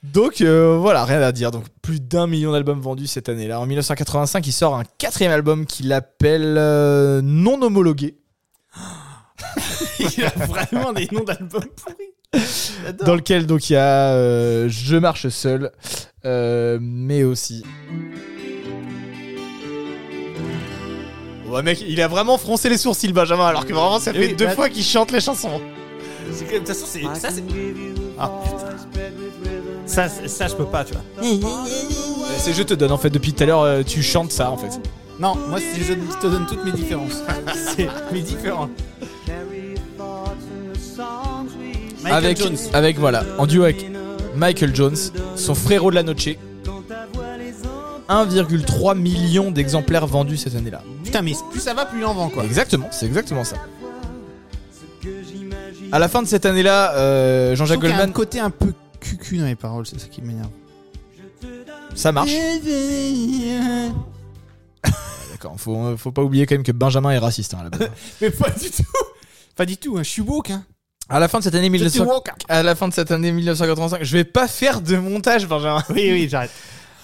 S2: Donc euh, voilà, rien à dire. Donc plus d'un million d'albums vendus cette année-là. En 1985, il sort un quatrième album qu'il appelle euh, Non homologué.
S1: Il a vraiment des noms d'albums pourris. J'adore.
S2: dans lequel donc il y a euh, Je marche seul, euh, mais aussi. Ouais, mec, il a vraiment froncé les sourcils, Benjamin, alors que vraiment ça
S1: Eh
S2: fait
S1: oui,
S2: deux
S1: bah-
S2: fois qu'il chante les chansons.
S1: C'est que- De toute façon, c'est- ça, c'est. Ah, putain. ça, c'est- ça, je peux pas, tu vois.
S2: C'est je te donne en fait, depuis tout à l'heure, euh, tu chantes ça en fait.
S1: Non, moi, si je te donne toutes mes différences. c'est mes différences. Michael
S2: avec,
S1: Jones.
S2: avec voilà, en duo avec Michael Jones, son frérot de la noche. 1,3 million d'exemplaires vendus cette année-là.
S1: Putain, mais plus ça va, plus il en vend, quoi.
S2: Exactement, c'est exactement ça. À la fin de cette année-là, euh,
S1: Je
S2: Jean-Jacques
S1: trouve qu'il y a
S2: Goldman,
S1: un côté un peu cucu dans les paroles, c'est ça qui m'énerve.
S2: ça marche. D'accord, faut, faut pas oublier quand même que Benjamin est raciste hein, à la base.
S1: Mais pas du tout. Pas du tout, hein. je suis woke. Hein.
S2: à la fin de cette année
S1: Je suis
S2: 1900
S1: woke. hein.
S2: à la fin de cette année 1985, je vais pas faire de montage Benjamin.
S1: Oui, oui, j'arrête.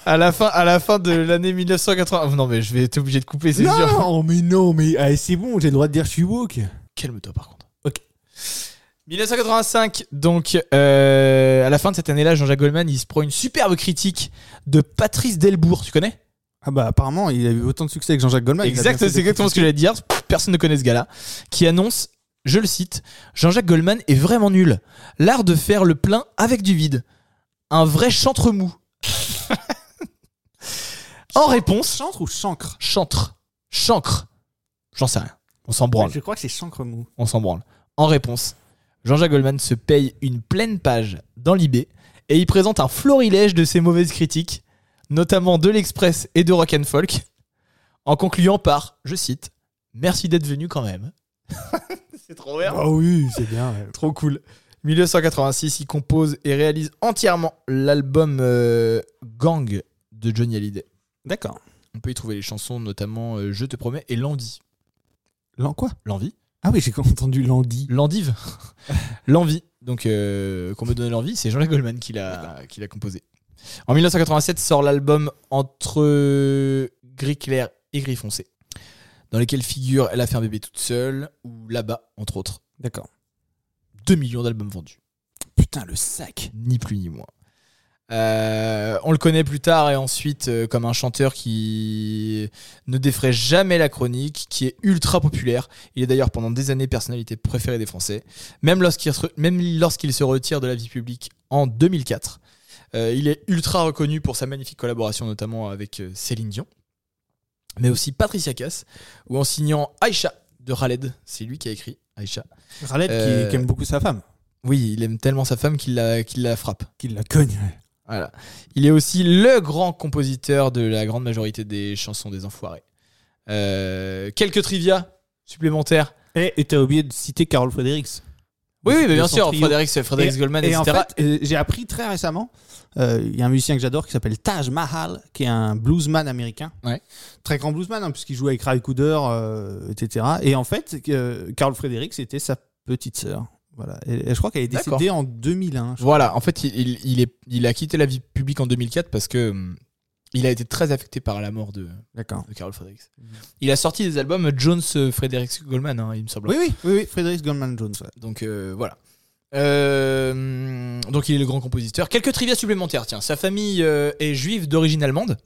S2: À la fin à la fin de l'année 1980. Oh, Non mais je vais être obligé de couper, c'est sûr.
S1: Non, oh, mais non, mais allez, c'est bon, j'ai le droit de dire je suis woke.
S2: Calme-toi par contre.
S1: Ok.
S2: 1985, donc euh, à la fin de cette année-là, Jean-Jacques Goldman, il se prend une superbe critique de Patrice Delbourg, tu connais
S1: Ah bah apparemment, il a eu autant de succès que Jean-Jacques Goldman. Il a
S2: Exact,
S1: bien fait
S2: c'est
S1: des
S2: exactement ce que j'allais dire. Personne ne connaît ce gars-là. Qui annonce, je le cite, Jean-Jacques Goldman est vraiment nul. L'art de faire le plein avec du vide. Un vrai chantre mou. en réponse,
S1: Chantre ou chancre
S2: chantre. Chancre. J'en sais rien. On s'en branle.
S1: Je crois que c'est chancre mou.
S2: On s'en branle. En réponse, Jean-Jacques Goldman se paye une pleine page dans l'IB et il présente un florilège de ses mauvaises critiques, notamment de l'Express et de Rock and Folk, en concluant par, je cite, Merci d'être venu quand même. C'est trop vert.
S1: Ah oui, c'est bien. ouais.
S2: Trop cool. 1986, il compose et réalise entièrement l'album euh, Gang de Johnny Hallyday.
S1: D'accord.
S2: On peut y trouver les chansons, notamment euh, Je te promets et L'envie.
S1: L'en quoi
S2: L'envie
S1: Ah oui, j'ai entendu l'andy.
S2: L'endive. L'envie. Donc, euh, qu'on me donne l'envie, c'est Jean-Jacques Goldman qui l'a, qui l'a composé. En 1987 sort l'album Entre gris clair et gris foncé, dans lesquels figure Elle a fait un bébé toute seule ou Là-bas, entre autres.
S1: D'accord.
S2: 2 millions d'albums vendus,
S1: Putain, le sac.
S2: ni plus ni moins. Euh, on le connaît plus tard et ensuite euh, comme un chanteur qui ne défraie jamais la chronique, qui est ultra populaire. Il est d'ailleurs pendant des années personnalité préférée des Français, même lorsqu'il se, même lorsqu'il se retire de la vie publique en 2004. euh, il est ultra reconnu pour sa magnifique collaboration notamment avec euh, Céline Dion, mais aussi Patricia Cass, ou en signant Aïcha de Khaled, c'est lui qui a écrit Aïcha.
S1: Raled qui-
S2: Euh,
S1: qui, aime beaucoup sa femme.
S2: Oui, il aime tellement sa femme qu'il la, qu'il la frappe.
S1: Qui la cogne. ouais.
S2: Voilà. Il est aussi le grand compositeur de la grande majorité des chansons des Enfoirés. Euh, quelques trivia supplémentaires.
S1: Eh, Et et t'as oublié de citer Carole Fredericks.
S2: Oui, oui, mais
S1: De
S2: bien
S1: son
S2: sûr,
S1: trio.
S2: Frédéric, Frédéric Goldman,
S1: Et
S2: etc.
S1: en fait, euh, j'ai appris très récemment, euh, il y a un musicien que j'adore qui s'appelle Taj Mahal, qui est un bluesman américain.
S2: Ouais.
S1: Très grand bluesman, hein, puisqu'il joue avec Ray Cooder, euh, etc. Et en fait, euh, Carl Frédéric, c'était sa petite sœur. Voilà. Et, et je crois qu'elle est
S2: D'accord.
S1: décédée en 2001. je
S2: Voilà, en fait, il, il- il est, il a quitté la vie publique en 2004 parce que hum, il a été très affecté par la mort de,
S1: crois. D'accord.
S2: de Carol Fredericks.
S1: Mmh.
S2: Il a sorti des albums Jones euh, Frédéric Goldman, hein, il me semble.
S1: Oui, oui, oui, oui, Frédéric Goldman Jones. ouais.
S2: Donc euh, voilà. Euh, donc il est le grand compositeur. Quelques trivia supplémentaires, tiens. Sa famille euh, est juive d'origine allemande,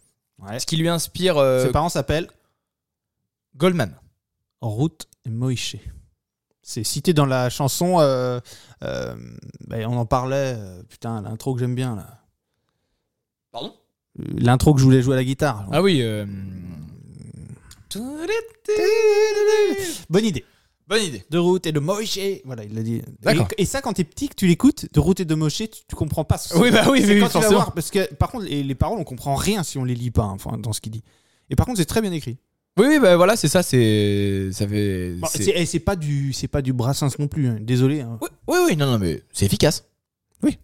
S2: ce qui lui inspire euh,
S1: Ses parents s'appellent
S2: Goldman.
S1: Ruth et Moïse. C'est cité dans la chanson. euh, euh, ben, on en parlait. euh, putain, l'intro que j'aime bien là.
S2: Pardon
S1: Euh, L'intro que je voulais jouer à la guitare.
S2: Ah oui. euh,
S1: Bonne idée.
S2: Bonne idée.
S1: De route et de Moïse. Voilà, il l'a dit.
S2: D'accord.
S1: Et, et ça, quand t'es petit, que tu l'écoutes, de route et de Moïse, tu, tu comprends pas. ce-
S2: Oui, bah oui,
S1: C'est quand
S2: oui, oui,
S1: tu vas
S2: forcément.
S1: voir, parce que par contre, les, les paroles, on comprend rien si on les lit pas, hein, enfin, dans ce qu'il dit. Et par contre, c'est très bien écrit.
S2: Oui, oui, bah voilà, c'est ça, c'est. Ça fait.
S1: Bon,
S2: c'est-
S1: c'est eh, c'est pas du, c'est pas du Brassens non plus. hein, Désolé. hein.
S2: Oui, oui, oui, non, non, mais c'est efficace.
S1: Oui.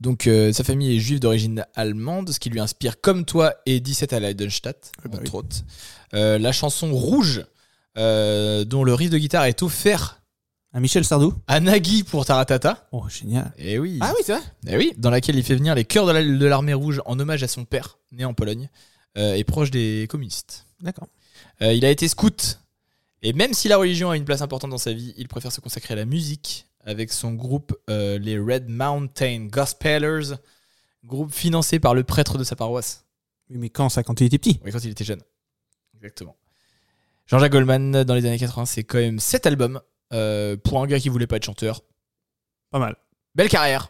S2: Donc, euh, sa famille est juive d'origine allemande, ce qui lui inspire, comme toi et 17 à Leidenstadt,
S1: Eh ben
S2: entre autres, euh, la chanson Rouge, euh, dont le riff de guitare est offert
S1: Un Michel Sardou
S2: à Nagui pour Taratata.
S1: Oh, génial.
S2: Eh oui.
S1: Ah oui, c'est vrai
S2: Eh oui, dans laquelle il fait venir les chœurs de la- de l'armée rouge en hommage à son père, né en Pologne, euh, et proche des communistes.
S1: D'accord.
S2: Euh, il a été scout, et même si la religion a une place importante dans sa vie, il préfère se consacrer à la musique avec son groupe euh, les Red Mountain Gospelers, groupe financé par le prêtre de sa paroisse,
S1: Oui, mais quand ça Quand il était petit
S2: oui, quand il était jeune. Exactement. Jean-Jacques Goldman, dans les années 80, c'est quand même sept albums euh, pour un gars qui voulait pas être chanteur.
S1: Pas mal.
S2: Belle carrière.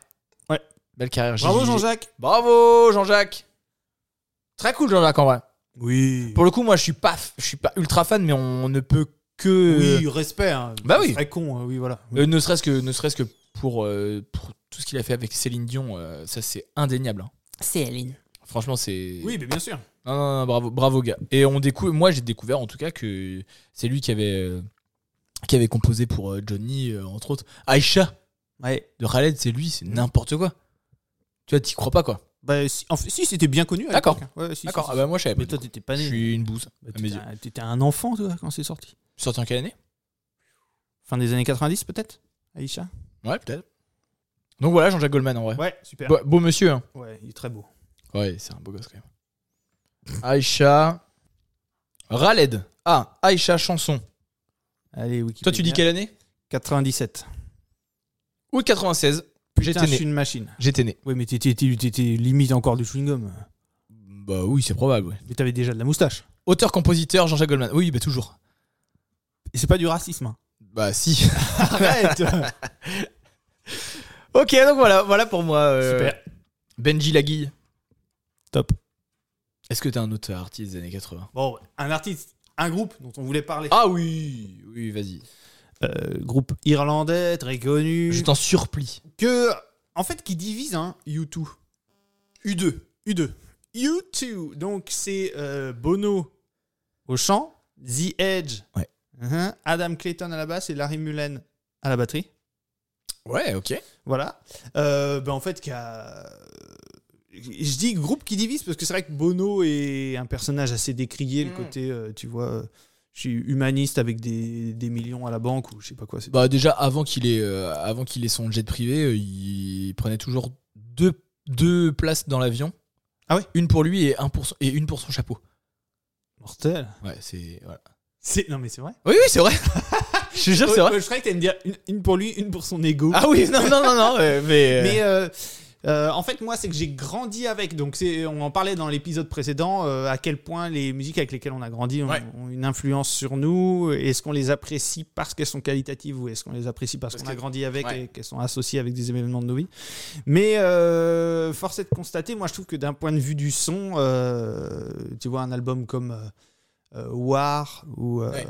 S1: Ouais.
S2: Belle carrière.
S1: Bravo
S2: JJ.
S1: Jean-Jacques
S2: Bravo Jean-Jacques. Très cool Jean-Jacques en vrai.
S1: Oui.
S2: Pour le coup, moi je suis pas je suis pas ultra fan mais on ne peut que
S1: Oui, respect. hein.
S2: Bah oui.
S1: Très con, euh, oui, voilà.
S2: Euh, ne serait-ce que ne serait-ce que pour, euh, pour tout ce qu'il a fait avec Céline Dion, euh, ça c'est indéniable. hein.
S4: Céline.
S2: Franchement, c'est
S1: Oui, mais bien sûr.
S2: non, non, non, bravo bravo gars. Et on découvre moi j'ai découvert en tout cas que c'est lui qui avait euh, qui avait composé pour euh, Johnny euh, entre autres Aïcha
S1: Ouais.
S2: de Khaled, c'est lui, c'est n'importe quoi. Tu vois, t'y crois pas quoi.
S1: Bah, si, en fait, si, c'était bien connu. à
S2: D'accord.
S1: l'époque, hein. Ouais, si, si,
S2: D'accord.
S1: si,
S2: Ah
S1: si.
S2: bah moi je savais pas.
S1: mais toi, t'étais pas
S2: Je
S1: né.
S2: suis une bouse.
S1: Bah,
S2: à mes
S1: t'étais
S2: yeux.
S1: un- T'étais un enfant, toi, quand c'est sorti.
S2: Sorti en quelle année
S1: Fin des années 90, peut-être Aïcha
S2: Ouais, peut-être. Donc voilà, Jean-Jacques Goldman en vrai.
S1: Ouais, super.
S2: Beau, beau monsieur. Hein.
S1: Ouais, il est très beau.
S2: Ouais, c'est un beau gosse quand même. Aïcha. Raled. Ah, Aïcha chanson.
S1: Allez,
S2: Toi, tu dis quelle année
S1: 97.
S2: Ou 96.
S1: Putain,
S2: J'étais
S1: je
S2: né.
S1: suis une machine.
S2: J'étais né.
S1: Oui, mais t'étais t'étais- t'étais limite encore du chewing-gum.
S2: Bah oui, c'est probable. ouais.
S1: Mais t'avais déjà de la moustache.
S2: Auteur-compositeur Jean-Jacques Goldman. Oui, bah toujours.
S1: Et c'est pas du racisme. hein.
S2: Bah si.
S1: Arrête
S2: ok, donc voilà, voilà pour moi. euh,
S1: Super.
S2: Benji Laguille.
S1: Top.
S2: Est-ce que t'es un auteur artiste des années 80
S1: Bon, un artiste, un groupe dont on voulait parler.
S2: Ah oui, oui, vas-y.
S1: Euh, groupe irlandais, très connu.
S2: Je t'en surplie.
S1: que en fait qui divise hein, U2 U2 U2 U2 donc c'est euh, Bono au chant The Edge
S2: Ouais.
S1: Mhm. Adam Clayton à la basse et Larry Mullen à la batterie
S2: Ouais, ok.
S1: voilà Euh, ben, en fait qui a je dis groupe qui divise parce que c'est vrai que Bono est un personnage assez décrié le
S2: Mhm.
S1: côté euh, tu vois euh, je suis humaniste avec des, des millions à la banque ou je sais pas quoi c'est
S2: Bah déjà avant qu'il ait euh, avant qu'il ait son jet privé, euh, il prenait toujours deux, deux places dans l'avion.
S1: Ah ouais
S2: Une pour lui et un pour son, et une pour son chapeau.
S1: mortel
S2: Ouais, c'est voilà.
S1: c'est non mais c'est vrai
S2: Oui oui, c'est vrai. Je te jure, c'est vrai.
S1: Ouais, je croyais que t'allais me dire une, une pour lui, une pour son ego.
S2: Ah oui, non non non non, euh, mais, euh,
S1: Mais euh, euh, en fait, moi, c'est que j'ai grandi avec. Donc, c'est, on en parlait dans l'épisode précédent, euh, à quel point les musiques avec lesquelles on a grandi ont,
S2: Ouais.
S1: ont une influence sur nous. Est-ce qu'on les apprécie parce qu'elles sont qualitatives ou est-ce qu'on les apprécie parce,
S2: Parce
S1: qu'on a
S2: que-
S1: grandi avec
S2: Ouais.
S1: et qu'elles sont associées avec des événements de nos vies Mais euh, force est de constater, moi, je trouve que d'un point de vue du son, euh, tu vois, un album comme. euh, euh, War ou euh,
S2: Ouais.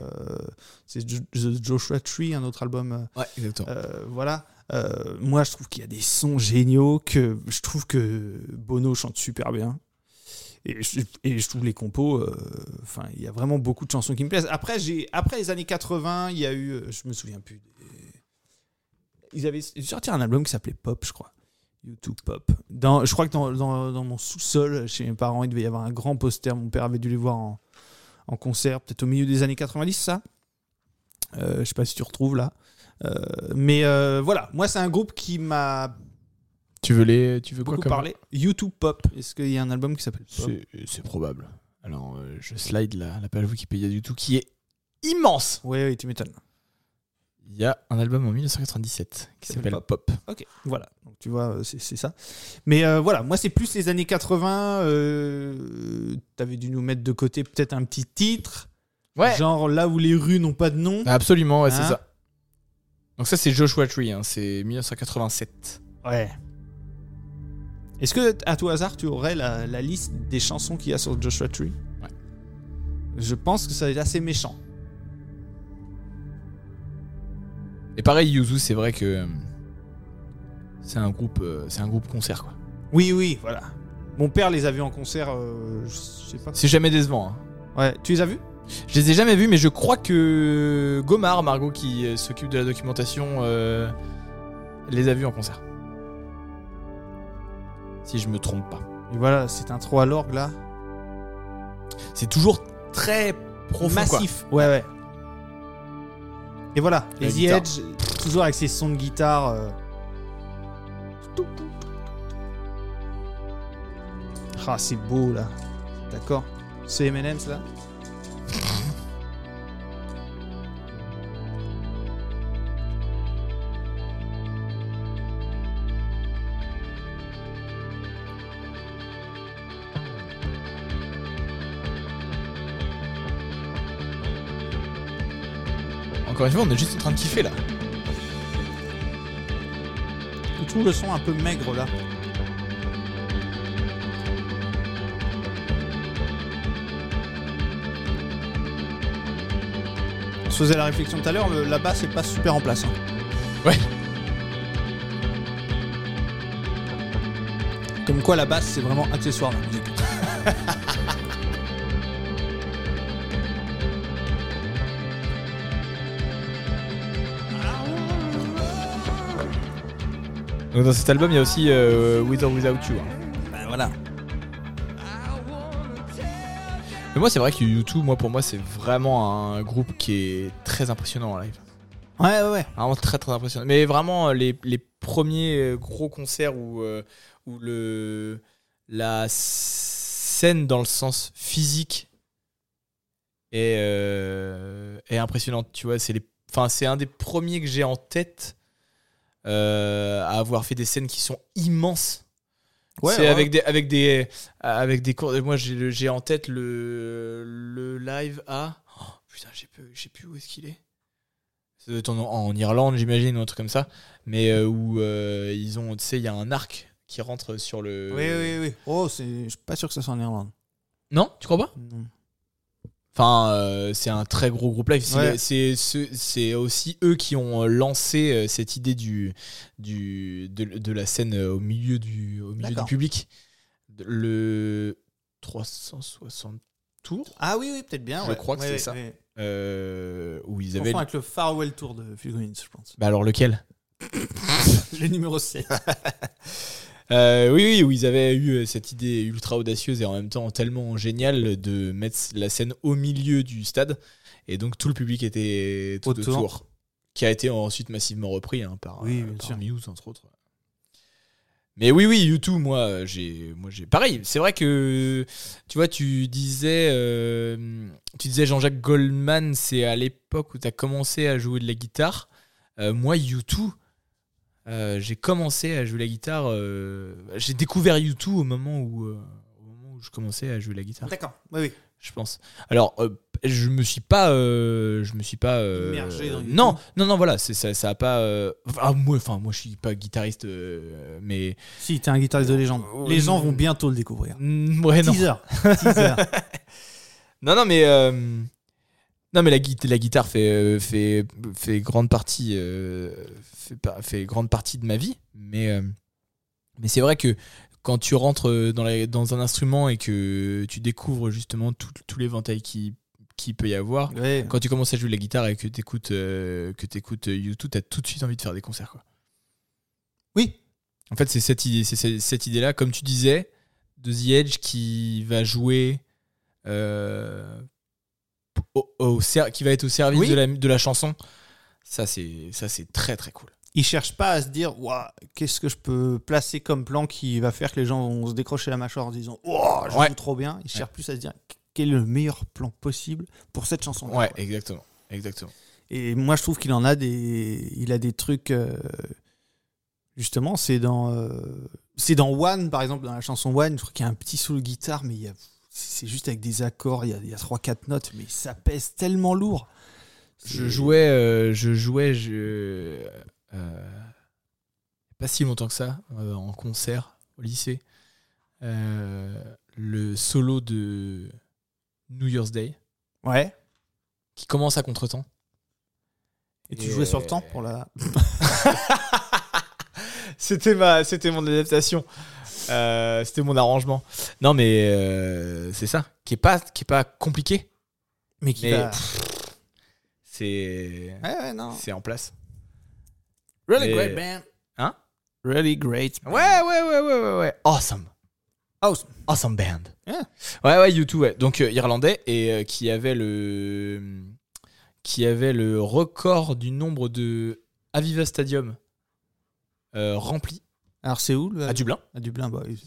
S1: c'est Jo- The Joshua Tree, un autre album euh,
S2: ouais, exactement.
S1: euh, voilà. Euh, moi, je trouve qu'il y a des sons géniaux, que je trouve que Bono chante super bien. Et je, et je trouve les compos, euh, enfin, il y a vraiment beaucoup de chansons qui me plaisent. Après, j'ai, après les années 80, il y a eu, euh, je me souviens plus. des- Ils avaient sorti un album qui s'appelait Pop, je crois. YouTube Pop. Dans, je crois que dans, dans- dans mon sous-sol, chez mes parents, il devait y avoir un grand poster. Mon père avait dû les voir en, en concert, peut-être au milieu des années 90, ça. Euh, je sais pas si tu retrouves là. Euh, mais euh, voilà, moi c'est un groupe qui m'a
S2: Tu veux les tu veux quoi
S1: beaucoup
S2: comme
S1: parlé. YouTube Pop. Est-ce qu'il y a un album qui s'appelle Pop
S2: C'est c'est probable. Alors euh, je slide la, la page Wikipédia du tout qui est immense.
S1: Oui, oui, tu m'étonnes.
S2: Il y a un album en 1997 qui
S1: S'appelle
S2: s'appelle Pop.
S1: Ok, voilà. Donc tu vois, euh, c'est c'est ça. Mais euh, voilà, moi c'est plus les années 80. Euh, T'avais dû nous mettre de côté peut-être un petit titre,
S2: Ouais. Ah,
S1: genre là où les rues n'ont pas de nom.
S2: Absolument, ouais,
S1: Hein
S2: c'est ça. Donc ça c'est Joshua Tree, hein, c'est 1987.
S1: Ouais. Est-ce que, à tout hasard, tu aurais la, la liste des chansons qu'il y a sur Joshua Tree
S2: Ouais.
S1: Je pense que ça est assez méchant.
S2: Et pareil, Yuzu, c'est vrai que euh, c'est un groupe, euh, c'est un groupe concert quoi.
S1: Oui, oui, voilà. Mon père les a vus en concert, euh, je sais pas.
S2: C'est jamais décevant. hein.
S1: Ouais, tu les as vus
S2: Je les ai jamais vus, mais je crois que Gomard, Margot qui euh, s'occupe de la documentation, euh, les a vus en concert. Si je me trompe pas.
S1: Et voilà, c'est un trou à l'orgue là.
S2: C'est toujours très profond. quoi.
S1: Massif. Ouais, ouais. Et voilà,
S2: La
S1: les The
S2: guitare.
S1: Edge, toujours avec ses sons de guitare. euh. Ah, c'est beau là. D'accord. C'est M&M's là.
S2: Encore une fois, on est juste en train de kiffer là.
S1: Je trouve le son un peu maigre là. On se faisait la réflexion tout à l'heure, le- la basse est pas super en place. hein.
S2: Ouais.
S1: Comme quoi la basse c'est vraiment accessoire dans la musique.
S2: Donc dans cet album, il y a aussi euh, With or Without You. hein.
S1: Ben voilà.
S2: Mais moi, c'est vrai que U2, moi, pour moi, c'est vraiment un groupe qui est très impressionnant en live.
S1: Ouais ouais ouais.
S2: Vraiment très, très impressionnant. Mais vraiment, euh, les, les premiers euh, gros concerts où, euh, où le, la scène, dans le sens physique, est, euh, est impressionnante. Tu vois, c'est les- enfin, c'est un des premiers que j'ai en tête euh, à avoir fait des scènes qui sont immenses
S1: Ouais,
S2: c'est
S1: ouais.
S2: avec des avec des avec des cours. Moi, j'ai le- j'ai en tête le le live à. oh, putain, j'ai plus, j'ai plus où est-ce qu'il est. Ça doit être en, en Irlande, j'imagine, ou un truc comme ça. Mais euh, où euh, ils ont, tu sais, il y a un arc qui rentre sur le.
S1: Oui oui oui. Oh c'est, je suis pas sûr que ça soit en Irlande.
S2: Non, tu crois pas
S1: Non.
S2: Enfin, euh, c'est un très gros groupe live. C'est-
S1: Ouais.
S2: C'est ce- c'est aussi eux qui ont euh, lancé euh, cette idée du, du, de, de la scène euh, au milieu du, au milieu du
S1: D'accord.
S2: public. De- Le 360 tour,
S1: Ah oui oui peut-être bien.
S2: Je
S1: ouais.
S2: crois que
S1: Ouais,
S2: c'est
S1: ouais,
S2: ça.
S1: ouais.
S2: euh, où ils
S1: Je
S2: avaient.
S1: confonds avec le Farewell Tour de Phil Collins, je pense.
S2: Bah alors lequel
S1: le numéro 7.
S2: Euh, Oui, oui, où ils avaient eu euh, cette idée ultra audacieuse et en même temps tellement géniale de mettre la scène au milieu du stade. Et donc tout le public était tout
S1: Autour.
S2: autour. qui a été ensuite massivement repris hein, par,
S1: Oui,
S2: euh,
S1: bien
S2: par
S1: sûr.
S2: Muse, entre autres. Mais oui, oui, YouTube, moi, euh, j'ai, moi, j'ai. Pareil, c'est vrai que tu vois, tu disais, euh, tu disais Jean-Jacques Goldman, c'est à l'époque où tu as commencé à jouer de la guitare. Euh, moi, YouTube, j'ai commencé à jouer la guitare. euh, j'ai découvert YouTube au moment où, euh, au moment où je commençais à jouer la guitare,
S1: D'accord. Oui oui.
S2: je pense. Alors, euh, je me suis pas, euh, je me suis pas. euh,
S1: Immergé dans U2.
S2: non, non, non, voilà, c'est ça, ça a pas. euh, enfin, moi, enfin, moi, je suis pas guitariste, euh, mais
S1: Si, t'es un guitariste de légende.
S2: Oh,
S1: Les gens
S2: non.
S1: vont bientôt le découvrir.
S2: Mm, ouais, non.
S1: Teaser. Teaser.
S2: Non, non, mais. euh, Non mais la, gui- la guitare fait, euh, fait, fait grande partie euh, fait, par- fait grande partie de ma vie mais euh, mais c'est vrai que quand tu rentres euh, dans, la- dans un instrument et que tu découvres justement tout, tout l'éventail qui qui peut y avoir
S1: Ouais.
S2: quand tu commences à jouer de la guitare et que t'écoutes euh, que t'écoutes euh, YouTube t'as tout de suite envie de faire des concerts quoi
S1: Oui.
S2: en fait, c'est cette idée, c'est ce- cette idée-là, comme tu disais, de The Edge qui va jouer, euh, au, au ser- qui va être au service
S1: Oui.
S2: de, la, de la chanson. Ça, c'est ça, c'est très très cool.
S1: Ils cherchent pas à se dire Ouah, qu'est-ce que je peux placer comme plan qui va faire que les gens vont se décrocher la mâchoire en disant Ouah, je
S2: Ouais.
S1: joue trop bien. Ils cherchent plus à se dire quel est le meilleur plan possible pour cette chanson.
S2: Ouais, exactement, exactement.
S1: Et moi, je trouve qu'il en a des, il a des trucs. euh, Justement, c'est dans, euh, c'est dans One, par exemple, dans la chanson One, je crois qu'il y a un petit solo guitare, mais il y a- c'est juste avec des accords, il y a, il y a trois, quatre notes, mais ça pèse tellement lourd.
S2: Je
S1: C'est-
S2: jouais, euh, je jouais, je euh, pas si longtemps que ça euh, en concert au lycée euh, le solo de New Year's Day
S1: Ouais.
S2: qui commence à contretemps.
S1: Et tu jouais sur le temps pour la.
S2: C'était ma, c'était mon adaptation. Euh, c'était mon arrangement. Non, mais euh, c'est ça, qui est pas, qui est pas compliqué.
S1: Mais qui
S2: Mais-
S1: va-
S2: C'est,
S1: Ouais, ouais, non.
S2: c'est en place.
S1: Really
S2: Mais-
S1: great band.
S2: Hein
S1: Really great.
S2: Ouais, ouais, ouais, ouais, ouais, ouais. Awesome,
S1: Oh,
S2: awesome band.
S1: Yeah.
S2: Ouais, ouais, U2, ouais. Donc euh, irlandais et euh, qui avait le, qui avait le record du nombre de Aviva Stadium euh, rempli
S1: Alors c'est où le...
S2: à Dublin
S1: à Dublin, bah, oui.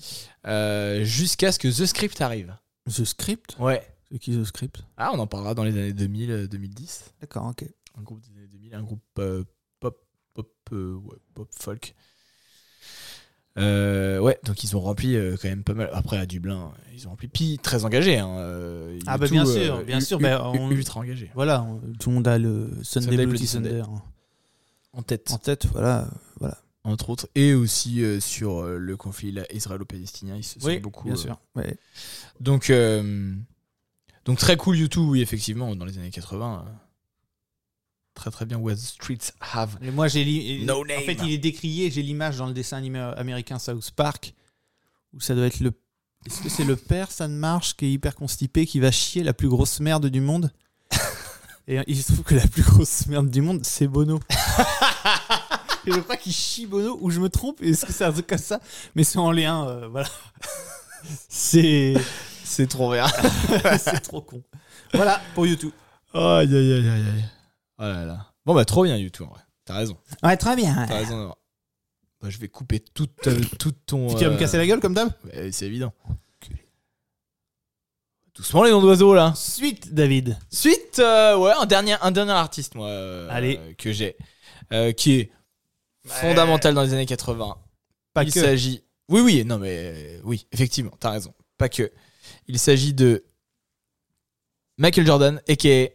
S2: euh, jusqu'à ce que The Script arrive.
S1: The Script
S2: Ouais.
S1: C'est qui The Script
S2: Ah, on en parlera dans les années 2000, euh, 2010.
S1: D'accord, ok.
S2: Un groupe des années 2000, un groupe euh, pop, pop, euh, ouais, pop folk. Euh, ouais, donc ils ont rempli euh, quand même pas mal. Après à Dublin, ils ont rempli. Puis très engagés. Hein, euh,
S1: Ah
S2: U2,
S1: bah, bien
S2: euh,
S1: sûr, bien
S2: U-
S1: sûr,
S2: U-
S1: bah, on-
S2: Ultra engagés.
S1: Voilà, on- tout le monde a le Sunday,
S2: Sunday
S1: Bloody
S2: Bloody Sunday.
S1: Sunday en-
S2: En tête.
S1: en tête, voilà.
S2: entre autres, et aussi euh, sur euh, le conflit là, israélo-palestinien. Ils se sont beaucoup.
S1: bien
S2: euh,
S1: sûr. Ouais.
S2: Donc, euh, donc très cool YouTube, oui, effectivement, dans les années 80. euh, très très bien. What the streets have.
S1: Mais moi, j'ai li-
S2: No
S1: en
S2: name.
S1: fait, il est décrié. J'ai l'image dans le dessin animé américain South Park où ça doit être le. Est-ce que c'est le père, ça ne marche, qui est hyper constipé, qui va chier la plus grosse merde du monde Et il se trouve que la plus grosse merde du monde, c'est Bono. Et je crois qu'il chie Bono ou je me trompe. Est-ce que c'est un truc comme ça Mais c'est en lien, euh, voilà. C'est
S2: C'est trop bien.
S1: c'est trop con. Voilà pour YouTube.
S2: aïe aïe aïe aïe aïe. Oh là là. Bon bah trop bien YouTube en vrai. T'as raison.
S1: Ouais, très bien.
S2: T'as raison. Nora. Bah, je vais couper tout, euh, tout ton.
S1: Tu vas me
S2: euh,
S1: casser la gueule comme d'hab
S2: ouais, C'est évident. Doucement les noms d'oiseaux là.
S1: Suite, David.
S2: Suite, euh, ouais, un dernier, un dernier artiste, moi, euh,
S1: Allez.
S2: que j'ai, euh, qui est fondamental dans les années 80.
S1: Pas
S2: Il
S1: que.
S2: s'agit, oui, oui, non, mais euh, oui, effectivement, t'as raison, pas que. Il s'agit de Michael Jordan, a.k.a.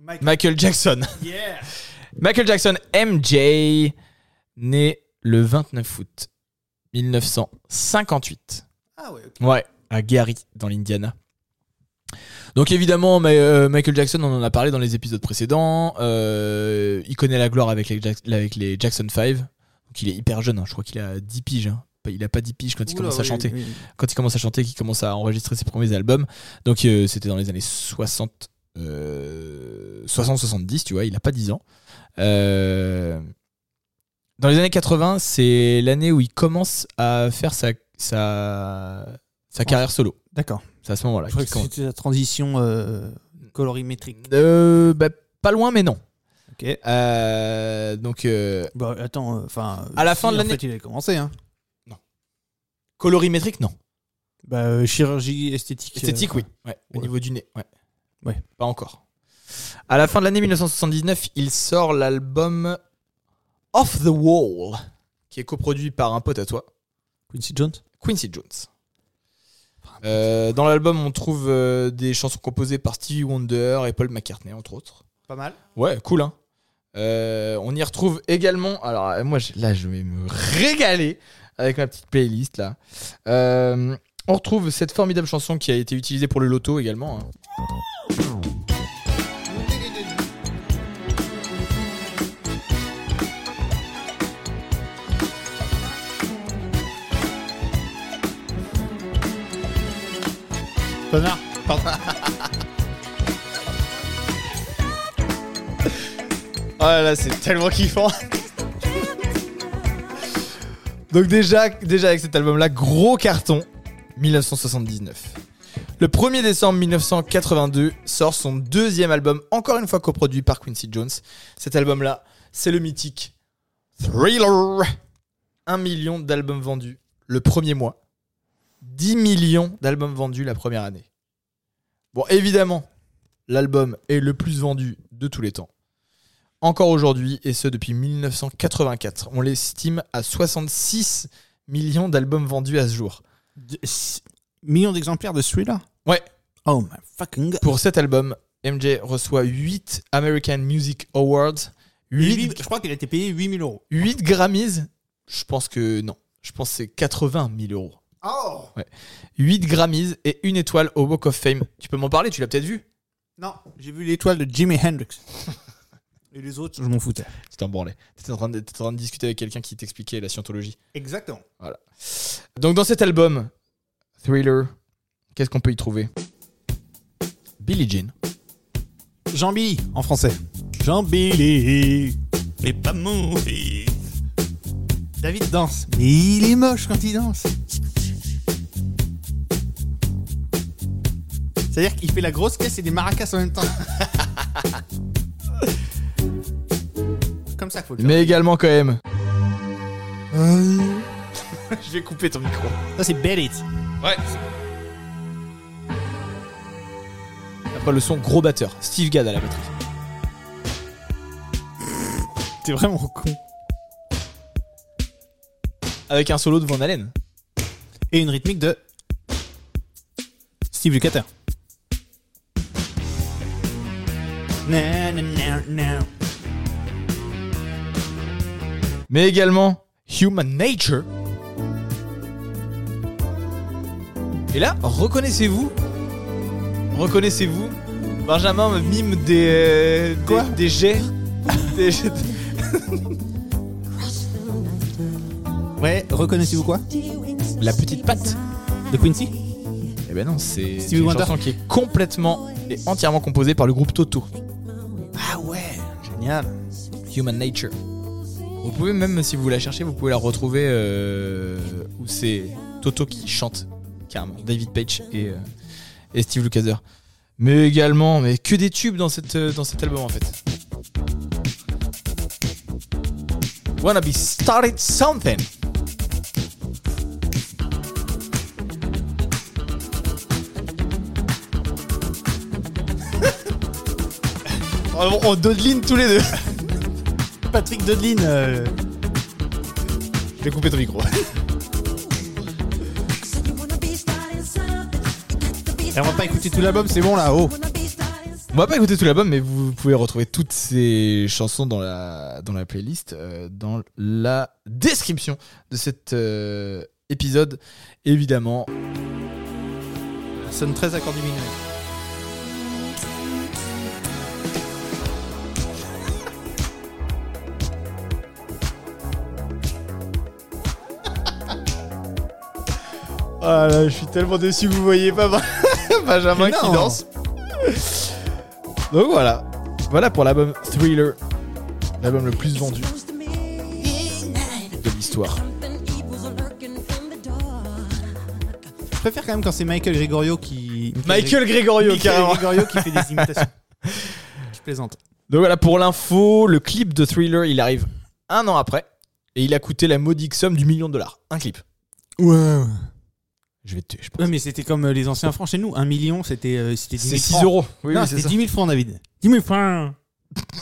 S1: Mike.
S2: Michael Jackson. Michael Jackson, MJ, né le 29 août 1958.
S1: Ah ouais, ok.
S2: Ouais, à Gary, dans l'Indiana. Donc évidemment, ma- euh, Michael Jackson, on en a parlé dans les épisodes précédents. euh, il connaît la gloire avec les, Jack- avec les Jackson 5. Donc il est hyper jeune, hein, je crois qu'il a 10 piges. hein. Pas- Il a pas 10 piges quand il
S1: Oula,
S2: commence à
S1: oui,
S2: chanter.
S1: oui.
S2: Quand il commence à chanter, qu'il commence à enregistrer ses premiers albums. Donc euh, c'était dans les années 60. 60-70, tu vois, il a pas 10 ans. Euh, dans les années 80, c'est l'année où il commence à faire sa, sa, sa carrière solo.
S1: D'accord.
S2: C'est à ce moment-là.
S1: Je crois
S2: qu'il
S1: que
S2: commence.
S1: c'était la transition euh, colorimétrique.
S2: Euh, bah, pas loin, mais non.
S1: Ok.
S2: Euh, donc, euh,
S1: Bah, attends, enfin.
S2: À la fin de l'année-
S1: En fait, il avait commencé, hein.
S2: colorimétrique, non.
S1: Bah, euh, chirurgie esthétique. euh,
S2: Esthétique, oui. Ouais, Au
S1: Ouais.
S2: niveau du nez, ouais.
S1: Ouais.
S2: Pas encore. À la fin de l'année 1979, il sort l'album Off the Wall, qui est coproduit par un pote à toi,
S1: Quincy Jones.
S2: Quincy Jones. Euh, dans l'album, on trouve euh, des chansons composées par Stevie Wonder et Paul McCartney, entre autres.
S1: Pas mal.
S2: Ouais, cool, hein. Euh, on y retrouve également. Alors, euh, moi, je- là, je vais me régaler avec ma petite playlist, là. Euh, on retrouve cette formidable chanson qui a été utilisée pour le loto également. hein.
S1: Connard. Pardon.
S2: Oh là là, c'est tellement kiffant. Donc déjà, déjà avec cet album-là, gros carton, 1979. Le 1er décembre 1982 sort son deuxième album, encore une fois coproduit par Quincy Jones. Cet album-là, c'est le mythique Thriller. 1 million d'albums vendus le premier mois. 10 millions d'albums vendus la première année. Bon, évidemment, l'album est le plus vendu de tous les temps encore aujourd'hui, et ce depuis 1984. On l'estime à 66 millions d'albums vendus à ce jour.
S1: De- s- Millions d'exemplaires de celui-là
S2: Ouais.
S1: Oh my fucking god.
S2: Pour cet album, MJ reçoit 8 American Music Awards,
S1: Et
S2: 8,
S1: lui, je crois qu'il a été payé 8000 euros.
S2: 8 Grammys. Je pense que non. Je pense que c'est 80 000 euros.
S1: Oh
S2: 8 Grammys et une étoile au Walk of Fame. Tu peux m'en parler, tu l'as peut-être vu
S1: Non, j'ai vu l'étoile de Jimi Hendrix. Et les autres, je m'en foutais.
S2: C'était un branlet. T'étais en, train de- t'étais en train de discuter avec quelqu'un qui t'expliquait la scientologie.
S1: Exactement.
S2: Donc dans cet album, Thriller, qu'est-ce qu'on peut y trouver Billie Jean.
S1: Jean Billy, en français. Jean Billy.
S5: Mais pas mon fils.
S1: David danse. Mais il est moche quand il danse. C'est-à-dire qu'il fait la grosse caisse et des maracas en même temps. Comme ça qu'il faut le faire.
S2: Mais également quand même.
S1: Je vais couper ton micro.
S6: Ça, c'est Bell It.
S2: Après le son gros batteur, Steve Gadd à la batterie.
S1: T'es vraiment con.
S2: Avec un solo de Van Halen.
S1: Et une rythmique de Steve Lukather. Na, na, na, na.
S2: Mais également Human Nature. Et là, reconnaissez-vous Reconnaissez-vous Benjamin me mime des.
S1: Quoi
S2: des, des jets. Des-
S1: Ouais, reconnaissez-vous quoi
S2: La petite patte.
S1: De Quincy
S2: Eh ben non, c'est c'est
S1: Stevie
S2: une
S1: Wonder.
S2: chanson qui est complètement et entièrement composée par le groupe Toto.
S1: Ah ouais, génial.
S2: Human Nature. Vous pouvez même, si vous la cherchez, vous pouvez la retrouver euh, où c'est Toto qui chante, carrément. David Page et, euh, et Steve Lukather. Mais également, mais que des tubes dans, cette, euh, dans cet album en fait. Wanna be started something.
S1: Oh,
S2: on, on dodeline tous les deux.
S1: Patrick Dodlin. euh,
S2: Je vais couper ton micro.
S1: et on va pas écouter tout l'album, c'est bon là, oh.
S2: On va pas écouter tout l'album, mais vous pouvez retrouver toutes ces chansons dans la, dans la playlist, euh, dans la description de cet euh, épisode, évidemment.
S1: Ça sonne très accordé mineur.
S2: Ah là, je suis tellement déçu que vous voyez pas Benjamin
S1: Mais non.
S2: qui danse. Donc voilà, voilà pour l'album Thriller, l'album le plus vendu de l'histoire.
S1: Je préfère quand même quand c'est Michael Gregorio qui.
S2: Michael Gregorio,
S1: Michael
S2: carrément.
S1: Gregorio qui fait des imitations. Je plaisante.
S2: Donc voilà, pour l'info, le clip de Thriller, il arrive un an après, et il a coûté la modique somme du million de dollars. Un clip.
S1: Ouais.
S2: Je vais te tuer, je pense.
S1: Ouais, mais c'était comme euh, les anciens francs chez nous. Un million, c'était euh, c'était 10
S2: C'est
S1: 000
S2: 6
S1: francs.
S2: euros. Oui,
S1: non,
S2: oui,
S1: c'était 10 000 francs, David. 10 000 francs.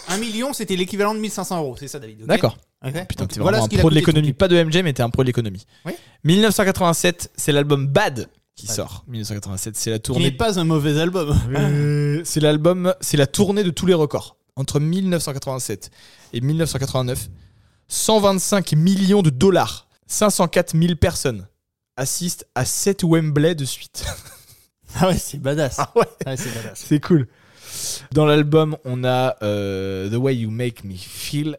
S1: Un million, c'était l'équivalent de 1500 euros. C'est ça, David. ok
S2: D'accord.
S1: Ok
S2: Putain,
S1: Donc,
S2: t'es vraiment
S1: ce qu'il
S2: un
S1: a
S2: pro de
S1: coûté,
S2: l'économie.
S1: tout
S2: Pas de MJ, mais t'es un pro de l'économie.
S1: Oui.
S2: 1987, c'est l'album Bad qui
S1: Bad.
S2: sort. 1987, c'est la
S1: le clip. Qui n'est
S2: tournée.
S1: pas un mauvais album.
S2: Euh, C'est l'album, c'est la tournée de tous les records. Entre 1987 et 1989, 125 millions de dollars, 504 000 personnes assistent à 7 Wembley de suite.
S1: Ah ouais, c'est badass. Ah ouais, c'est badass.
S2: C'est cool. Dans l'album, on a euh, The Way You Make Me Feel,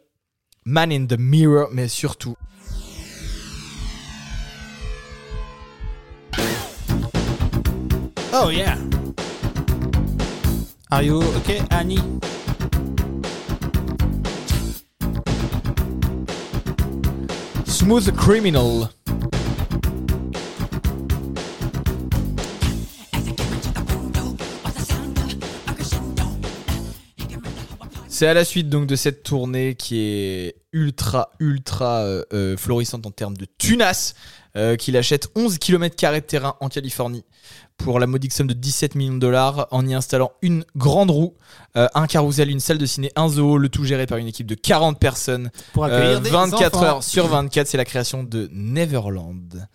S2: Man in the Mirror, mais surtout.
S1: Oh yeah. Are you okay, Annie?
S2: Smooth Criminal. C'est à la suite donc de cette tournée qui est ultra ultra euh, euh, florissante en termes de tunas euh, qu'il achète 11 km de terrain en Californie pour la modique somme de 17 millions de dollars en y installant une grande roue, euh, un carrousel, une salle de ciné, un zoo, le tout géré par une équipe de 40 personnes
S1: Pour accueillir
S2: euh,
S1: des
S2: 24
S1: enfants.
S2: heures sur 24, c'est la création de Neverland.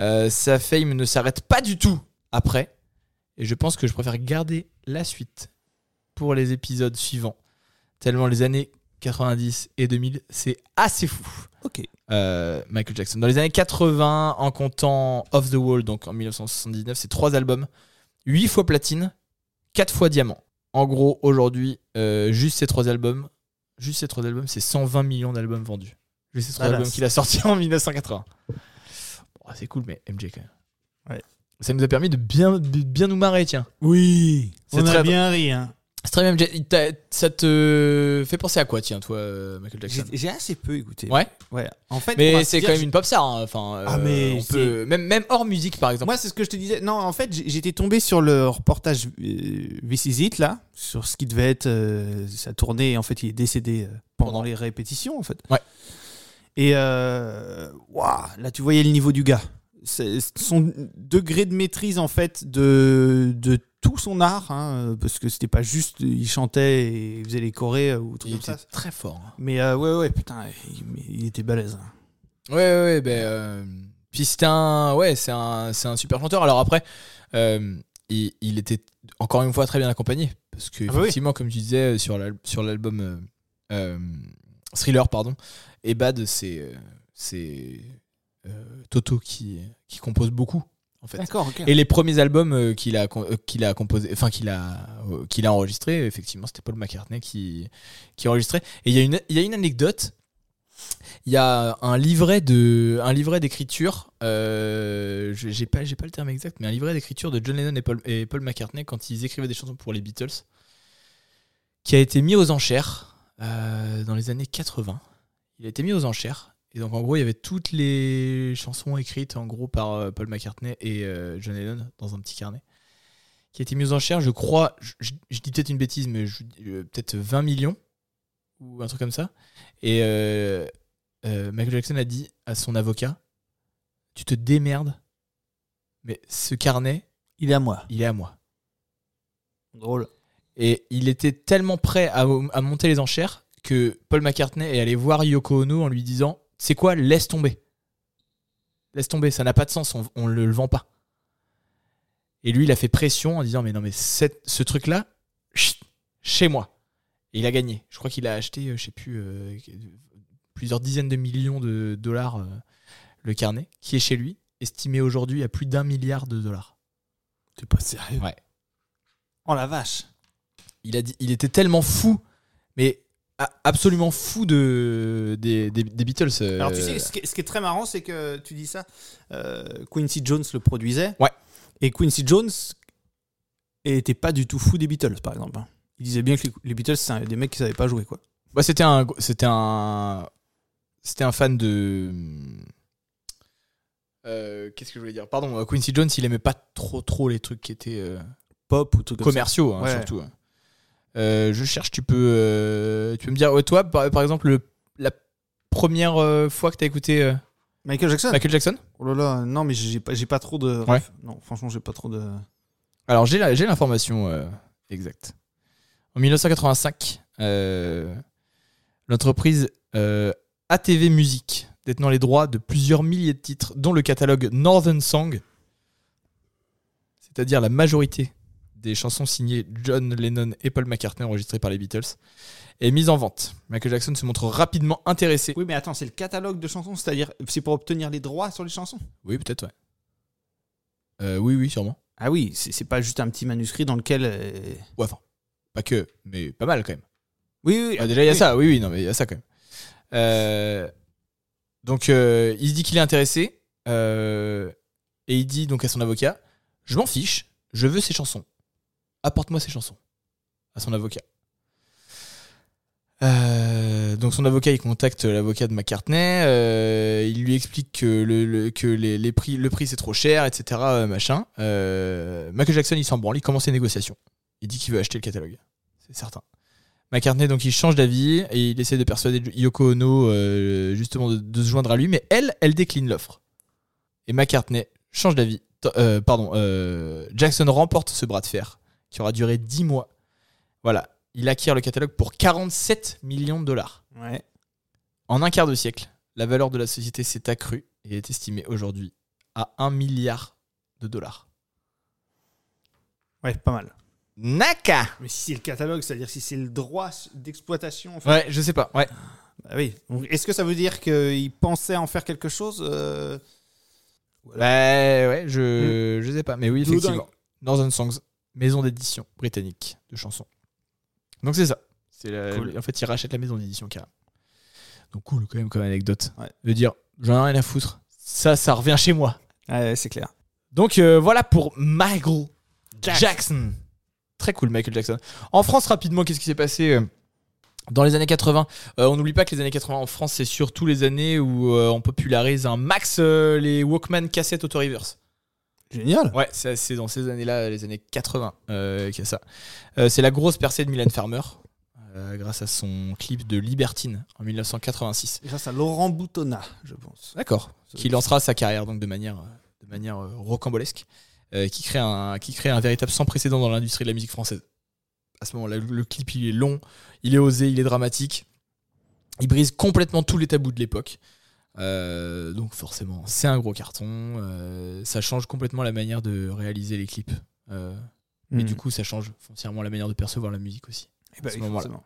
S2: Euh, sa fame ne s'arrête pas du tout après. Et je pense que je préfère garder la suite pour les épisodes suivants. Tellement les années 90 et 2000, c'est assez fou.
S1: Ok.
S2: Euh, Michael Jackson. Dans les années 80, en comptant Off the Wall, donc en 1979, c'est trois albums, 8 fois platine, 4 fois diamant. En gros, aujourd'hui, euh, juste ces trois albums, juste ces trois albums, c'est 120 millions d'albums vendus. Juste ces trois
S1: Badass.
S2: albums qu'il a sortis en 1980. Bon, Oh, c'est cool, mais MJ quand même.
S1: Ouais.
S2: Ça nous a permis de bien, de bien nous marrer, tiens.
S1: Oui.
S2: C'est
S1: On
S2: très-
S1: a bien ri. Hein.
S2: très bien. Jet- t'as- Ça te fait penser à quoi, tiens, toi, euh, Michael
S1: J'ai
S2: Jackson
S1: j'ai assez peu écouté.
S2: Ouais.
S1: Ouais. En fait, pour
S2: Mais
S1: ainsi
S2: c'est
S1: dire,
S2: quand même
S1: j'ai-
S2: une pop star. hein. Enfin,
S1: Ah,
S2: euh,
S1: mais
S2: on peut même même hors musique, par exemple.
S1: Moi, c'est ce que je te disais. Non, en fait, j'ai- j'étais tombé sur le reportage euh, This Is It, là, sur ce qui devait être euh, sa tournée. Et En fait, il est décédé euh, pendant
S2: Pendant.
S1: les répétitions, en fait.
S2: Ouais.
S1: Et euh, waouh, là, tu voyais le niveau du gars. C'est- Son degré de maîtrise, en fait, de, de tout son art, hein, parce que c'était pas juste, il chantait et il faisait les chorés euh, ou tout
S2: il
S1: comme
S2: était
S1: ça.
S2: très fort. hein.
S1: Mais euh, ouais, ouais, putain, il, mais il était balèze. hein.
S2: Ouais, ouais, ouais, ben. euh, puis c'est un. Ouais, c'est un, c'est un super chanteur. Alors après, euh, il, il était encore une fois très bien accompagné. Parce que,
S1: Ah bah oui.
S2: effectivement, comme tu disais, euh, sur l'al- sur l'album euh, euh, Thriller, pardon, et Bad, c'est. euh, c'est euh, Toto qui, qui compose beaucoup, en fait.
S1: D'accord, ok.
S2: Et les premiers albums euh, qu'il a com- euh, qu'il a composé enfin qu'il a euh, qu'il a enregistré effectivement c'était Paul McCartney qui qui enregistrait et il y a une il y a une anecdote il y a un livret de un livret d'écriture euh, je- j'ai pas j'ai pas le terme exact mais un livret d'écriture de John Lennon et Paul et Paul McCartney quand ils écrivaient des chansons pour les Beatles qui a été mis aux enchères euh, dans les années 80 il a été mis aux enchères. Et donc, en gros, il y avait toutes les chansons écrites, en gros, par euh, Paul McCartney et euh, John Lennon dans un petit carnet. Qui a été mis aux enchères, je crois, je, je- je dis peut-être une bêtise, mais je- euh, peut-être 20 millions ou un truc comme ça. Et euh, euh, Michael Jackson a dit à son avocat Tu te démerdes, mais ce carnet,
S1: Il est à moi.
S2: il est à moi.
S1: Drôle.
S2: Et il était tellement prêt à, à monter les enchères que Paul McCartney est allé voir Yoko Ono en lui disant C'est quoi Laisse tomber. Laisse tomber, ça n'a pas de sens, on, on le, le vend pas. Et lui, il a fait pression en disant Mais non, mais cette- ce truc-là, chut, chez moi. Et il a gagné. Je crois qu'il a acheté, euh, je sais plus, euh, plusieurs dizaines de millions de dollars euh, le carnet, qui est chez lui, estimé aujourd'hui à plus d'un milliard de dollars.
S1: T'es pas sérieux
S2: Ouais.
S1: Oh la vache.
S2: il, a dit, il était tellement fou, mais a- absolument fou de, des, des- des Beatles. euh,
S1: Alors tu sais, ce qui, est- ce qui est très marrant, c'est que tu dis ça, euh, Quincy Jones le produisait.
S2: Ouais.
S1: Et Quincy Jones était pas du tout fou des Beatles, par exemple. hein. Il disait bien que les, les Beatles, c'est un- des mecs qui savaient pas jouer, quoi.
S2: bah, c'était un, gros- c'était un, c'était un fan de. Euh, Qu'est-ce que je voulais dire Pardon, euh, Quincy Jones, il aimait pas trop trop les trucs qui étaient euh,
S1: Pop ou tout comme
S2: commerciaux, hein,
S1: Ouais.
S2: surtout. hein. Euh, je cherche, tu peux, euh, tu peux me dire, ouais, toi, par, par exemple, le- la première euh, fois que t'as écouté euh,
S1: ça. Michael Jackson.
S2: Michael Jackson
S1: Oh là là, non mais j'ai pas, j'ai pas trop de.
S2: Ouais.
S1: Non, franchement, j'ai pas trop de.
S2: Alors j'ai la- j'ai l'information euh, exacte. En 1985, euh, l'entreprise euh, ATV Music, détenant les droits de plusieurs milliers de titres, dont le catalogue Northern Song, c'est-à-dire la majorité des chansons signées John Lennon et Paul McCartney enregistrées par les Beatles, est mise en vente. Michael Jackson se montre rapidement intéressé.
S1: Oui, mais attends, c'est le catalogue de chansons, c'est-à-dire c'est pour obtenir les droits sur les chansons.
S2: Oui, peut-être, ouais. Euh, oui, oui, sûrement.
S1: Ah oui, c'est c'est pas juste un petit manuscrit dans lequel. euh,
S2: Ouais, enfin, pas que, mais pas mal quand même.
S1: Oui, oui.
S2: Ah, déjà, il y a
S1: oui.
S2: ça, oui, oui, non, mais il y a ça quand même. Euh, donc, euh, il se dit qu'il est intéressé euh, et il dit donc à son avocat Je m'en fiche, je veux ces chansons. Apporte-moi ces chansons. À son avocat. Euh, donc, son avocat, il contacte l'avocat de McCartney. euh, il lui explique que le, le- que les, les prix, le prix c'est trop cher, etc. euh, machin. Euh, Michael Jackson, il s'en branle, il commence les négociations. Il dit qu'il veut acheter le catalogue. C'est certain. McCartney, donc, il change d'avis et il essaie de persuader Yoko Ono, euh, justement, de, de se joindre à lui, mais elle, elle décline l'offre. Et McCartney change d'avis. T- euh, pardon, euh, Jackson remporte ce bras de fer qui aura duré 10 mois. Voilà, il acquiert le catalogue pour 47 millions de dollars.
S1: Ouais.
S2: En un quart de siècle, la valeur de la société s'est accrue et est estimée aujourd'hui à 1 milliard de dollars.
S1: Ouais, pas mal.
S2: Naka
S1: Mais si c'est le catalogue, c'est-à-dire si c'est le droit d'exploitation, en fait.
S2: Ouais, je sais pas, ouais.
S1: Bah oui. Donc, Est-ce que ça veut dire qu'il pensait en faire quelque chose euh,
S2: Ouais, Bah, ouais, je, je sais pas. Mais oui,
S1: Doudingue.
S2: effectivement. Northern Songs, maison d'édition britannique de chansons. Donc c'est ça. C'est la-
S1: Cool.
S2: En fait, ils rachètent la maison d'édition carrément. Donc cool quand même comme anecdote.
S1: Ouais.
S2: De dire, j'en ai rien à foutre. Ça, ça revient chez moi.
S1: Ouais, c'est clair.
S2: Donc euh, voilà pour Michael Jackson. Très cool, Michael Jackson. En France, rapidement, qu'est-ce qui s'est passé euh, dans les années 80 Euh, On n'oublie pas que les années 80 en France, c'est surtout les années où euh, on popularise un max euh, les Walkman cassettes auto-reverse.
S1: Génial.
S2: Ouais, c'est c'est dans ces années-là, les années 80, euh, qu'il y a ça. Euh, c'est la grosse percée de Mylène Farmer, euh, grâce à son clip de Libertine en 1986.
S1: Grâce à Laurent Boutonnat, je pense.
S2: D'accord. Qui lancera sa carrière donc de manière, euh, de manière euh, rocambolesque, euh, qui, crée un, qui crée un véritable sans précédent dans l'industrie de la musique française. À ce moment-là, le clip il est long, il est osé, il est dramatique. Il brise complètement tous les tabous de l'époque. Euh, donc forcément, c'est un gros carton. euh, ça change complètement la manière de réaliser les clips. Euh,
S1: Mm.
S2: Et du coup, ça change foncièrement la manière de percevoir la musique aussi.
S1: Eh ben
S2: à ce
S1: oui,
S2: moment-là.
S1: forcément.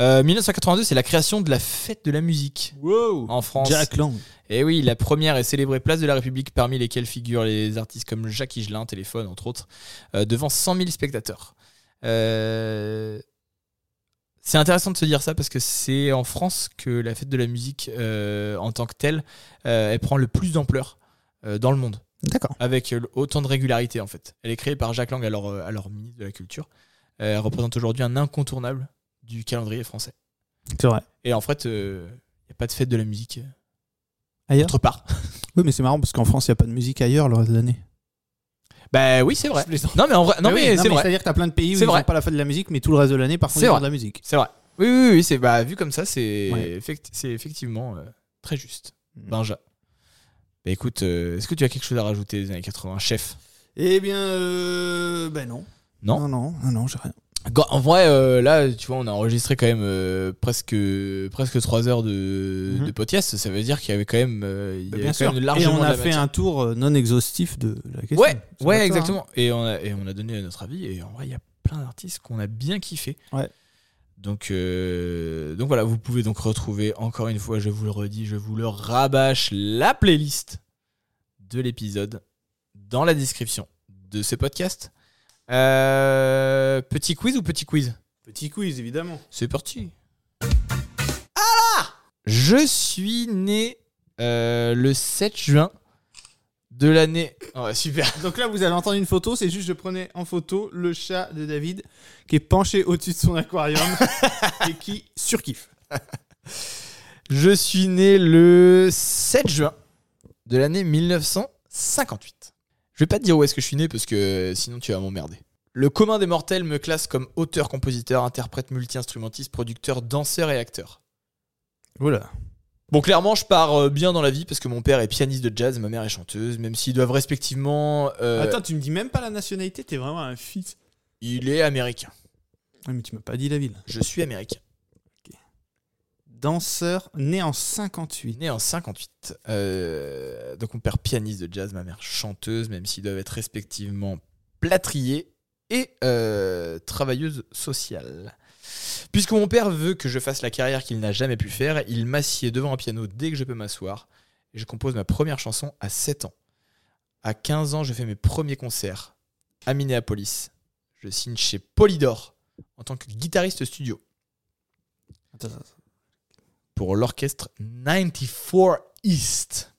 S2: Euh, 1982, c'est la création de la fête de la musique
S1: Wow.
S2: en France.
S1: Jack Lang.
S2: Et Eh oui, la première est célébrée place de la République, parmi lesquelles figurent les artistes comme Jacques Higelin, Téléphone, entre autres, euh, devant 100 000 spectateurs. Euh, C'est intéressant de se dire ça parce que c'est en France que la fête de la musique euh, en tant que telle, euh, elle prend le plus d'ampleur euh, dans le monde
S1: D'accord.
S2: avec euh, autant de régularité en fait. Elle est créée par Jacques Lang, alors, euh, alors ministre de la Culture. Euh, Elle représente aujourd'hui un incontournable du calendrier français.
S1: C'est vrai.
S2: Et en fait, il n'y a pas de fête de la musique euh,
S1: Ailleurs
S2: autre part.
S1: Oui, mais c'est marrant parce qu'en France, il n'y a pas de musique ailleurs le reste de l'année.
S2: bah oui, c'est vrai. Non mais en vrai, non
S1: Ah
S2: mais, c'est vrai.
S1: C'est-à-dire que tu as plein de pays où
S2: C'est
S1: ils n'ont
S2: vrai.
S1: pas la fête de la musique, mais tout le reste de l'année, par contre,
S2: C'est
S1: ils ont
S2: vrai.
S1: de la musique.
S2: C'est vrai. Oui, oui, oui, c'est bah, vu comme ça, c'est
S1: Ouais.
S2: effect- c'est effectivement euh, très juste.
S1: Mm.
S2: Benja. Bah écoute, euh, est-ce que tu as quelque chose à rajouter des années 80, chef
S1: Eh bien, euh, ben non.
S2: Non.
S1: Non, non, non, non, j'ai rien.
S2: Go- En vrai, euh, là, tu vois, on a enregistré quand même euh, presque presque trois heures de,
S1: Mhm.
S2: de podcast. Ça veut dire qu'il y avait quand même, euh, il y avait
S1: Bien
S2: quand
S1: sûr.
S2: même
S1: Et
S2: largement
S1: on
S2: de
S1: a
S2: la
S1: fait
S2: matière.
S1: un tour euh, non exhaustif de la question.
S2: Ouais,
S1: C'est pas
S2: ouais,
S1: ça, hein.
S2: exactement. Et on a et on a donné notre avis. Et en vrai, il y a plein d'artistes qu'on a bien kiffé.
S1: Ouais.
S2: Donc euh, donc voilà, vous pouvez donc retrouver encore une fois, je vous le redis, je vous le rabâche, la playlist de l'épisode dans la description de ce podcast. Euh, petit quiz ou petit quiz
S1: Petit quiz, évidemment.
S2: C'est parti. Ah Je suis né euh, le 7 juin de l'année. Ouais, super.
S1: Donc là, vous avez entendu une photo, c'est juste je prenais en photo le chat de David qui est penché au-dessus de son aquarium et qui surkiffe.
S2: Je suis né le 7 juin de l'année 1958. Je vais pas te dire où est-ce que je suis né parce que sinon tu vas m'emmerder. Le commun des mortels me classe comme auteur, compositeur, interprète, multi-instrumentiste, producteur, danseur et acteur.
S1: Voilà.
S2: Bon, clairement, je pars euh, bien dans la vie parce que mon père est pianiste de jazz, ma mère est chanteuse, même s'ils doivent respectivement. euh,
S1: Attends, tu me dis même pas la nationalité, t'es vraiment un fils.
S2: Il est américain.
S1: Ouais, mais tu m'as pas dit la ville.
S2: Je suis américain.
S1: Danseur né en
S2: Il
S1: 58.
S2: est né en 58. Euh, donc mon père pianiste de jazz, ma mère chanteuse, même s'ils doivent être respectivement plâtriers et euh, travailleuse sociale. Puisque mon père veut que je fasse la carrière qu'il n'a jamais pu faire, il m'assied devant un piano dès que je peux m'asseoir. Et je compose ma première chanson à 7 ans. À 15 ans, je fais mes premiers concerts à Minneapolis. Je signe chez Polydor en tant que guitariste studio
S1: Attends, attends, attends.
S2: pour l'orchestre 94 East.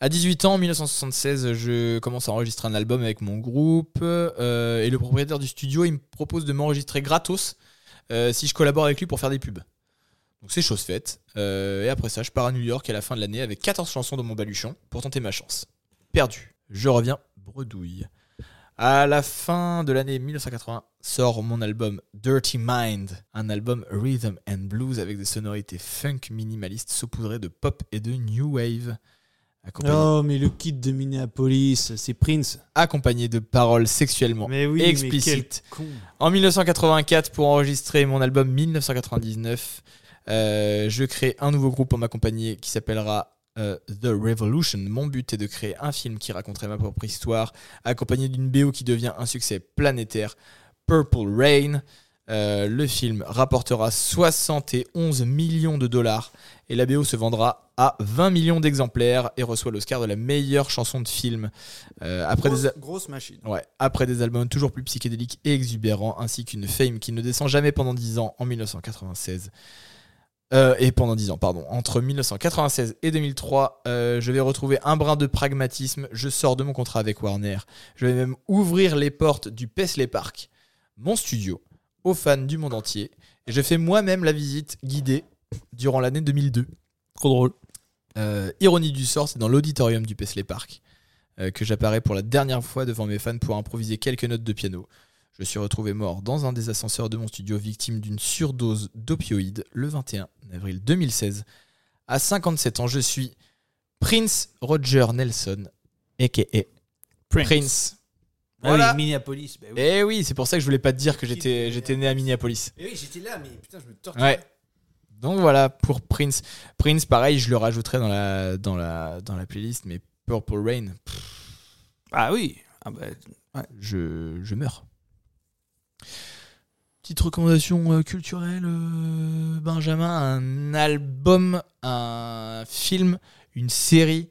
S2: À 18 ans, en 1976, je commence à enregistrer un album avec mon groupe euh, et le propriétaire du studio, il me propose de m'enregistrer gratos euh, si je collabore avec lui pour faire des pubs. Donc c'est chose faite. Euh, et après ça, je pars à New York à la fin de l'année avec 14 chansons dans mon baluchon pour tenter ma chance. Perdu. Je reviens bredouille. À la fin de l'année 1980 sort mon album Dirty Mind, un album rhythm and blues avec des sonorités funk minimalistes saupoudrées de pop et de new wave, accompagné,
S1: Oh, mais le kit de Minneapolis, c'est Prince.
S2: accompagné de paroles sexuellement
S1: Mais oui,
S2: explicites.
S1: mais quel con.
S2: En 1984, pour enregistrer mon album 1999, euh, je crée un nouveau groupe pour m'accompagner qui s'appellera euh, The Revolution. Mon but est de créer un film qui raconterait ma propre histoire, accompagné d'une BO qui devient un succès planétaire, Purple Rain. Euh, le film rapportera 71 millions de dollars et la BO se vendra à 20 millions d'exemplaires et reçoit l'Oscar de la meilleure chanson de film. Euh, après des,
S1: Grosse, grosse machine.
S2: Ouais, après des albums toujours plus psychédéliques et exubérants, ainsi qu'une fame qui ne descend jamais pendant 10 ans en 1996. Euh, et pendant 10 ans, pardon. Entre 1996 et 2003, euh, je vais retrouver un brin de pragmatisme. Je sors de mon contrat avec Warner. Je vais même ouvrir les portes du Paisley Park, mon studio, aux fans du monde entier. Et je fais moi-même la visite guidée durant l'année 2002.
S1: Trop drôle.
S2: Euh, ironie du sort, c'est dans l'auditorium du Paisley Park euh, que j'apparais pour la dernière fois devant mes fans pour improviser quelques notes de piano. Je suis retrouvé mort dans un des ascenseurs de mon studio, victime d'une surdose d'opioïdes le 21 avril 2016. À 57 ans, je suis Prince Roger Nelson, a.k.a. Prince. Voilà.
S1: Ah Minneapolis. bah
S2: Eh oui, c'est pour ça que je voulais pas te dire que j'étais j'étais né à Minneapolis.
S1: j'étais là, mais putain, je me torture.
S2: Ouais. Donc voilà pour Prince. Prince, pareil, je le rajouterai dans la, dans la, dans la playlist, mais Purple Rain, pff,
S1: Ah oui. Ah bah,
S2: je, je meurs. Petite recommandation euh, culturelle, euh, Benjamin, un album, un film, une série,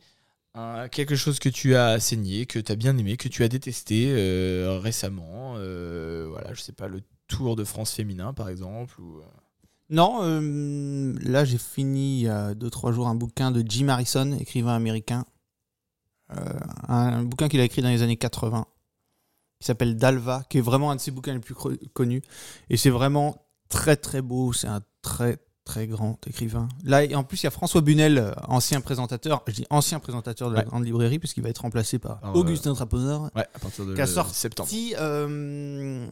S2: un- quelque chose que tu as saigné, que tu as bien aimé, que tu as détesté euh, récemment. euh, voilà, je sais pas, le Tour de France féminin par exemple. Ou, euh,
S1: Non, euh, là j'ai fini il y a 2-3 jours un bouquin de Jim Harrison, écrivain américain. Euh, un bouquin qu'il a écrit dans les années 80, qui s'appelle Dalva, qui est vraiment un de ses bouquins les plus cre- connus. Et c'est vraiment très très beau, c'est un très très grand écrivain. Là, et en plus, il y a François Bunel, euh, ancien présentateur, je dis ancien présentateur de la
S2: Ouais.
S1: grande librairie, puisqu'il va être remplacé par
S2: Par, euh,
S1: Augustin Traponard.
S2: ouais, à partir de
S1: Qu'à
S2: le-
S1: sortir-
S2: septembre.
S1: Si, euh,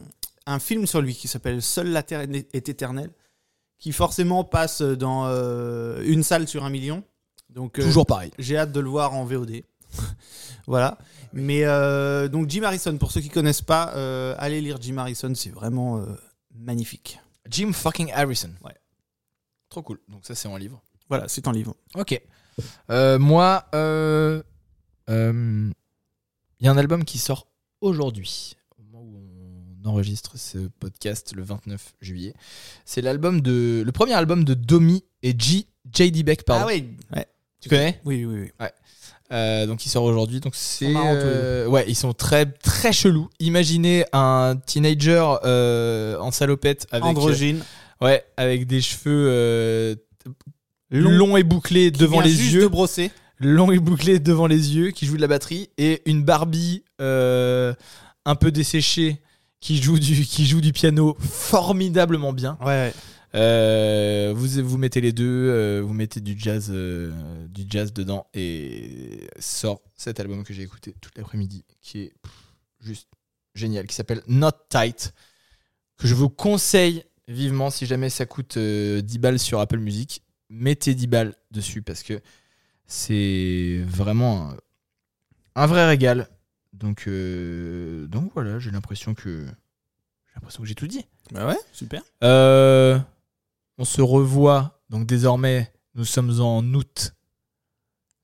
S1: un film sur lui qui s'appelle Seule la Terre est éternelle, qui forcément passe dans euh, une salle sur un million. Donc, euh,
S2: Toujours pareil.
S1: j'ai hâte de le voir en VOD. voilà. Mais euh, donc, Jim Harrison, pour ceux qui connaissent pas, euh, allez lire Jim Harrison, c'est vraiment euh, magnifique.
S2: Jim fucking Harrison.
S1: Ouais.
S2: Trop cool. Donc ça c'est en livre.
S1: Voilà, c'est un livre.
S2: Ok. Euh, moi, euh, euh, il y a un album qui sort aujourd'hui, au moment où on enregistre ce podcast le 29 juillet. C'est l'album de, le premier album de Domi et J, JD Beck, pardon.
S1: Ah oui, ouais.
S2: Tu connais
S1: oui, oui, oui.
S2: euh, donc il sort aujourd'hui. Donc c'est
S1: marrants, tous les
S2: euh, ouais, ils sont très très chelous. Imaginez un teenager euh, en salopette avec
S1: Androgyne,
S2: ouais avec des cheveux euh, longs
S1: Long.
S2: et bouclés devant
S1: vient
S2: les
S1: juste
S2: yeux
S1: de brosser.
S2: long et bouclé devant les yeux, qui joue de la batterie, et une Barbie euh, un peu desséchée qui joue du, qui joue du piano formidablement bien.
S1: Ouais, ouais.
S2: Euh, vous, vous mettez les deux, euh, vous mettez du jazz, euh, du jazz dedans, et sort cet album que j'ai écouté toute l'après-midi, qui est pff, juste génial, qui s'appelle Not Tight, que je vous conseille vivement si jamais ça coûte euh, 10 balles sur Apple Music mettez 10 balles dessus parce que c'est vraiment un, un vrai régal. Donc, euh, donc voilà, j'ai l'impression que j'ai l'impression que j'ai tout dit.
S1: Bah ouais, super.
S2: Euh, on se revoit donc désormais. Nous sommes en août.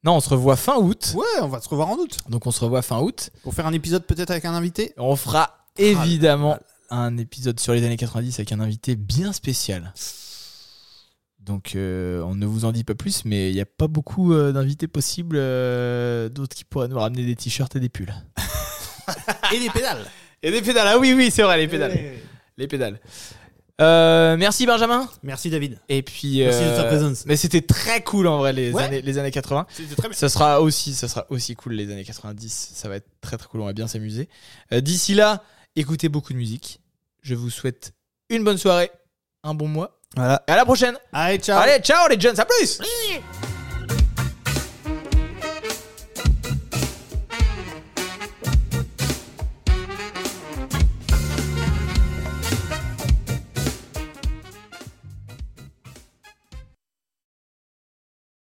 S2: Non, on se revoit fin août.
S1: Ouais, on va se revoir en août
S2: Donc on se revoit fin août.
S1: pour faire un épisode peut-être avec un invité.
S2: On fera évidemment un épisode sur les années 90 avec un invité bien spécial. Donc euh, on ne vous en dit pas plus, mais il n'y a pas beaucoup euh, d'invités possibles, euh, d'autres qui pourraient nous ramener des t-shirts et des pulls.
S1: Et des pédales.
S2: Et des pédales, ah oui, oui, c'est vrai, les pédales. Les pédales. Euh, merci Benjamin.
S1: Merci David.
S2: Et puis...
S1: Merci de
S2: euh,
S1: ta présence.
S2: Mais c'était très cool en vrai les,
S1: Ouais.
S2: années, les années 80.
S1: C'était très bien.
S2: Ça sera aussi, ça sera aussi cool les années 90. Ça va être très très cool. On va bien s'amuser. Euh, D'ici là, écoutez beaucoup de musique. Je vous souhaite une bonne soirée, un bon mois.
S1: Voilà.
S2: Et à la prochaine.
S1: Allez, ciao.
S2: Allez, ciao les jeunes. À plus.
S4: Prince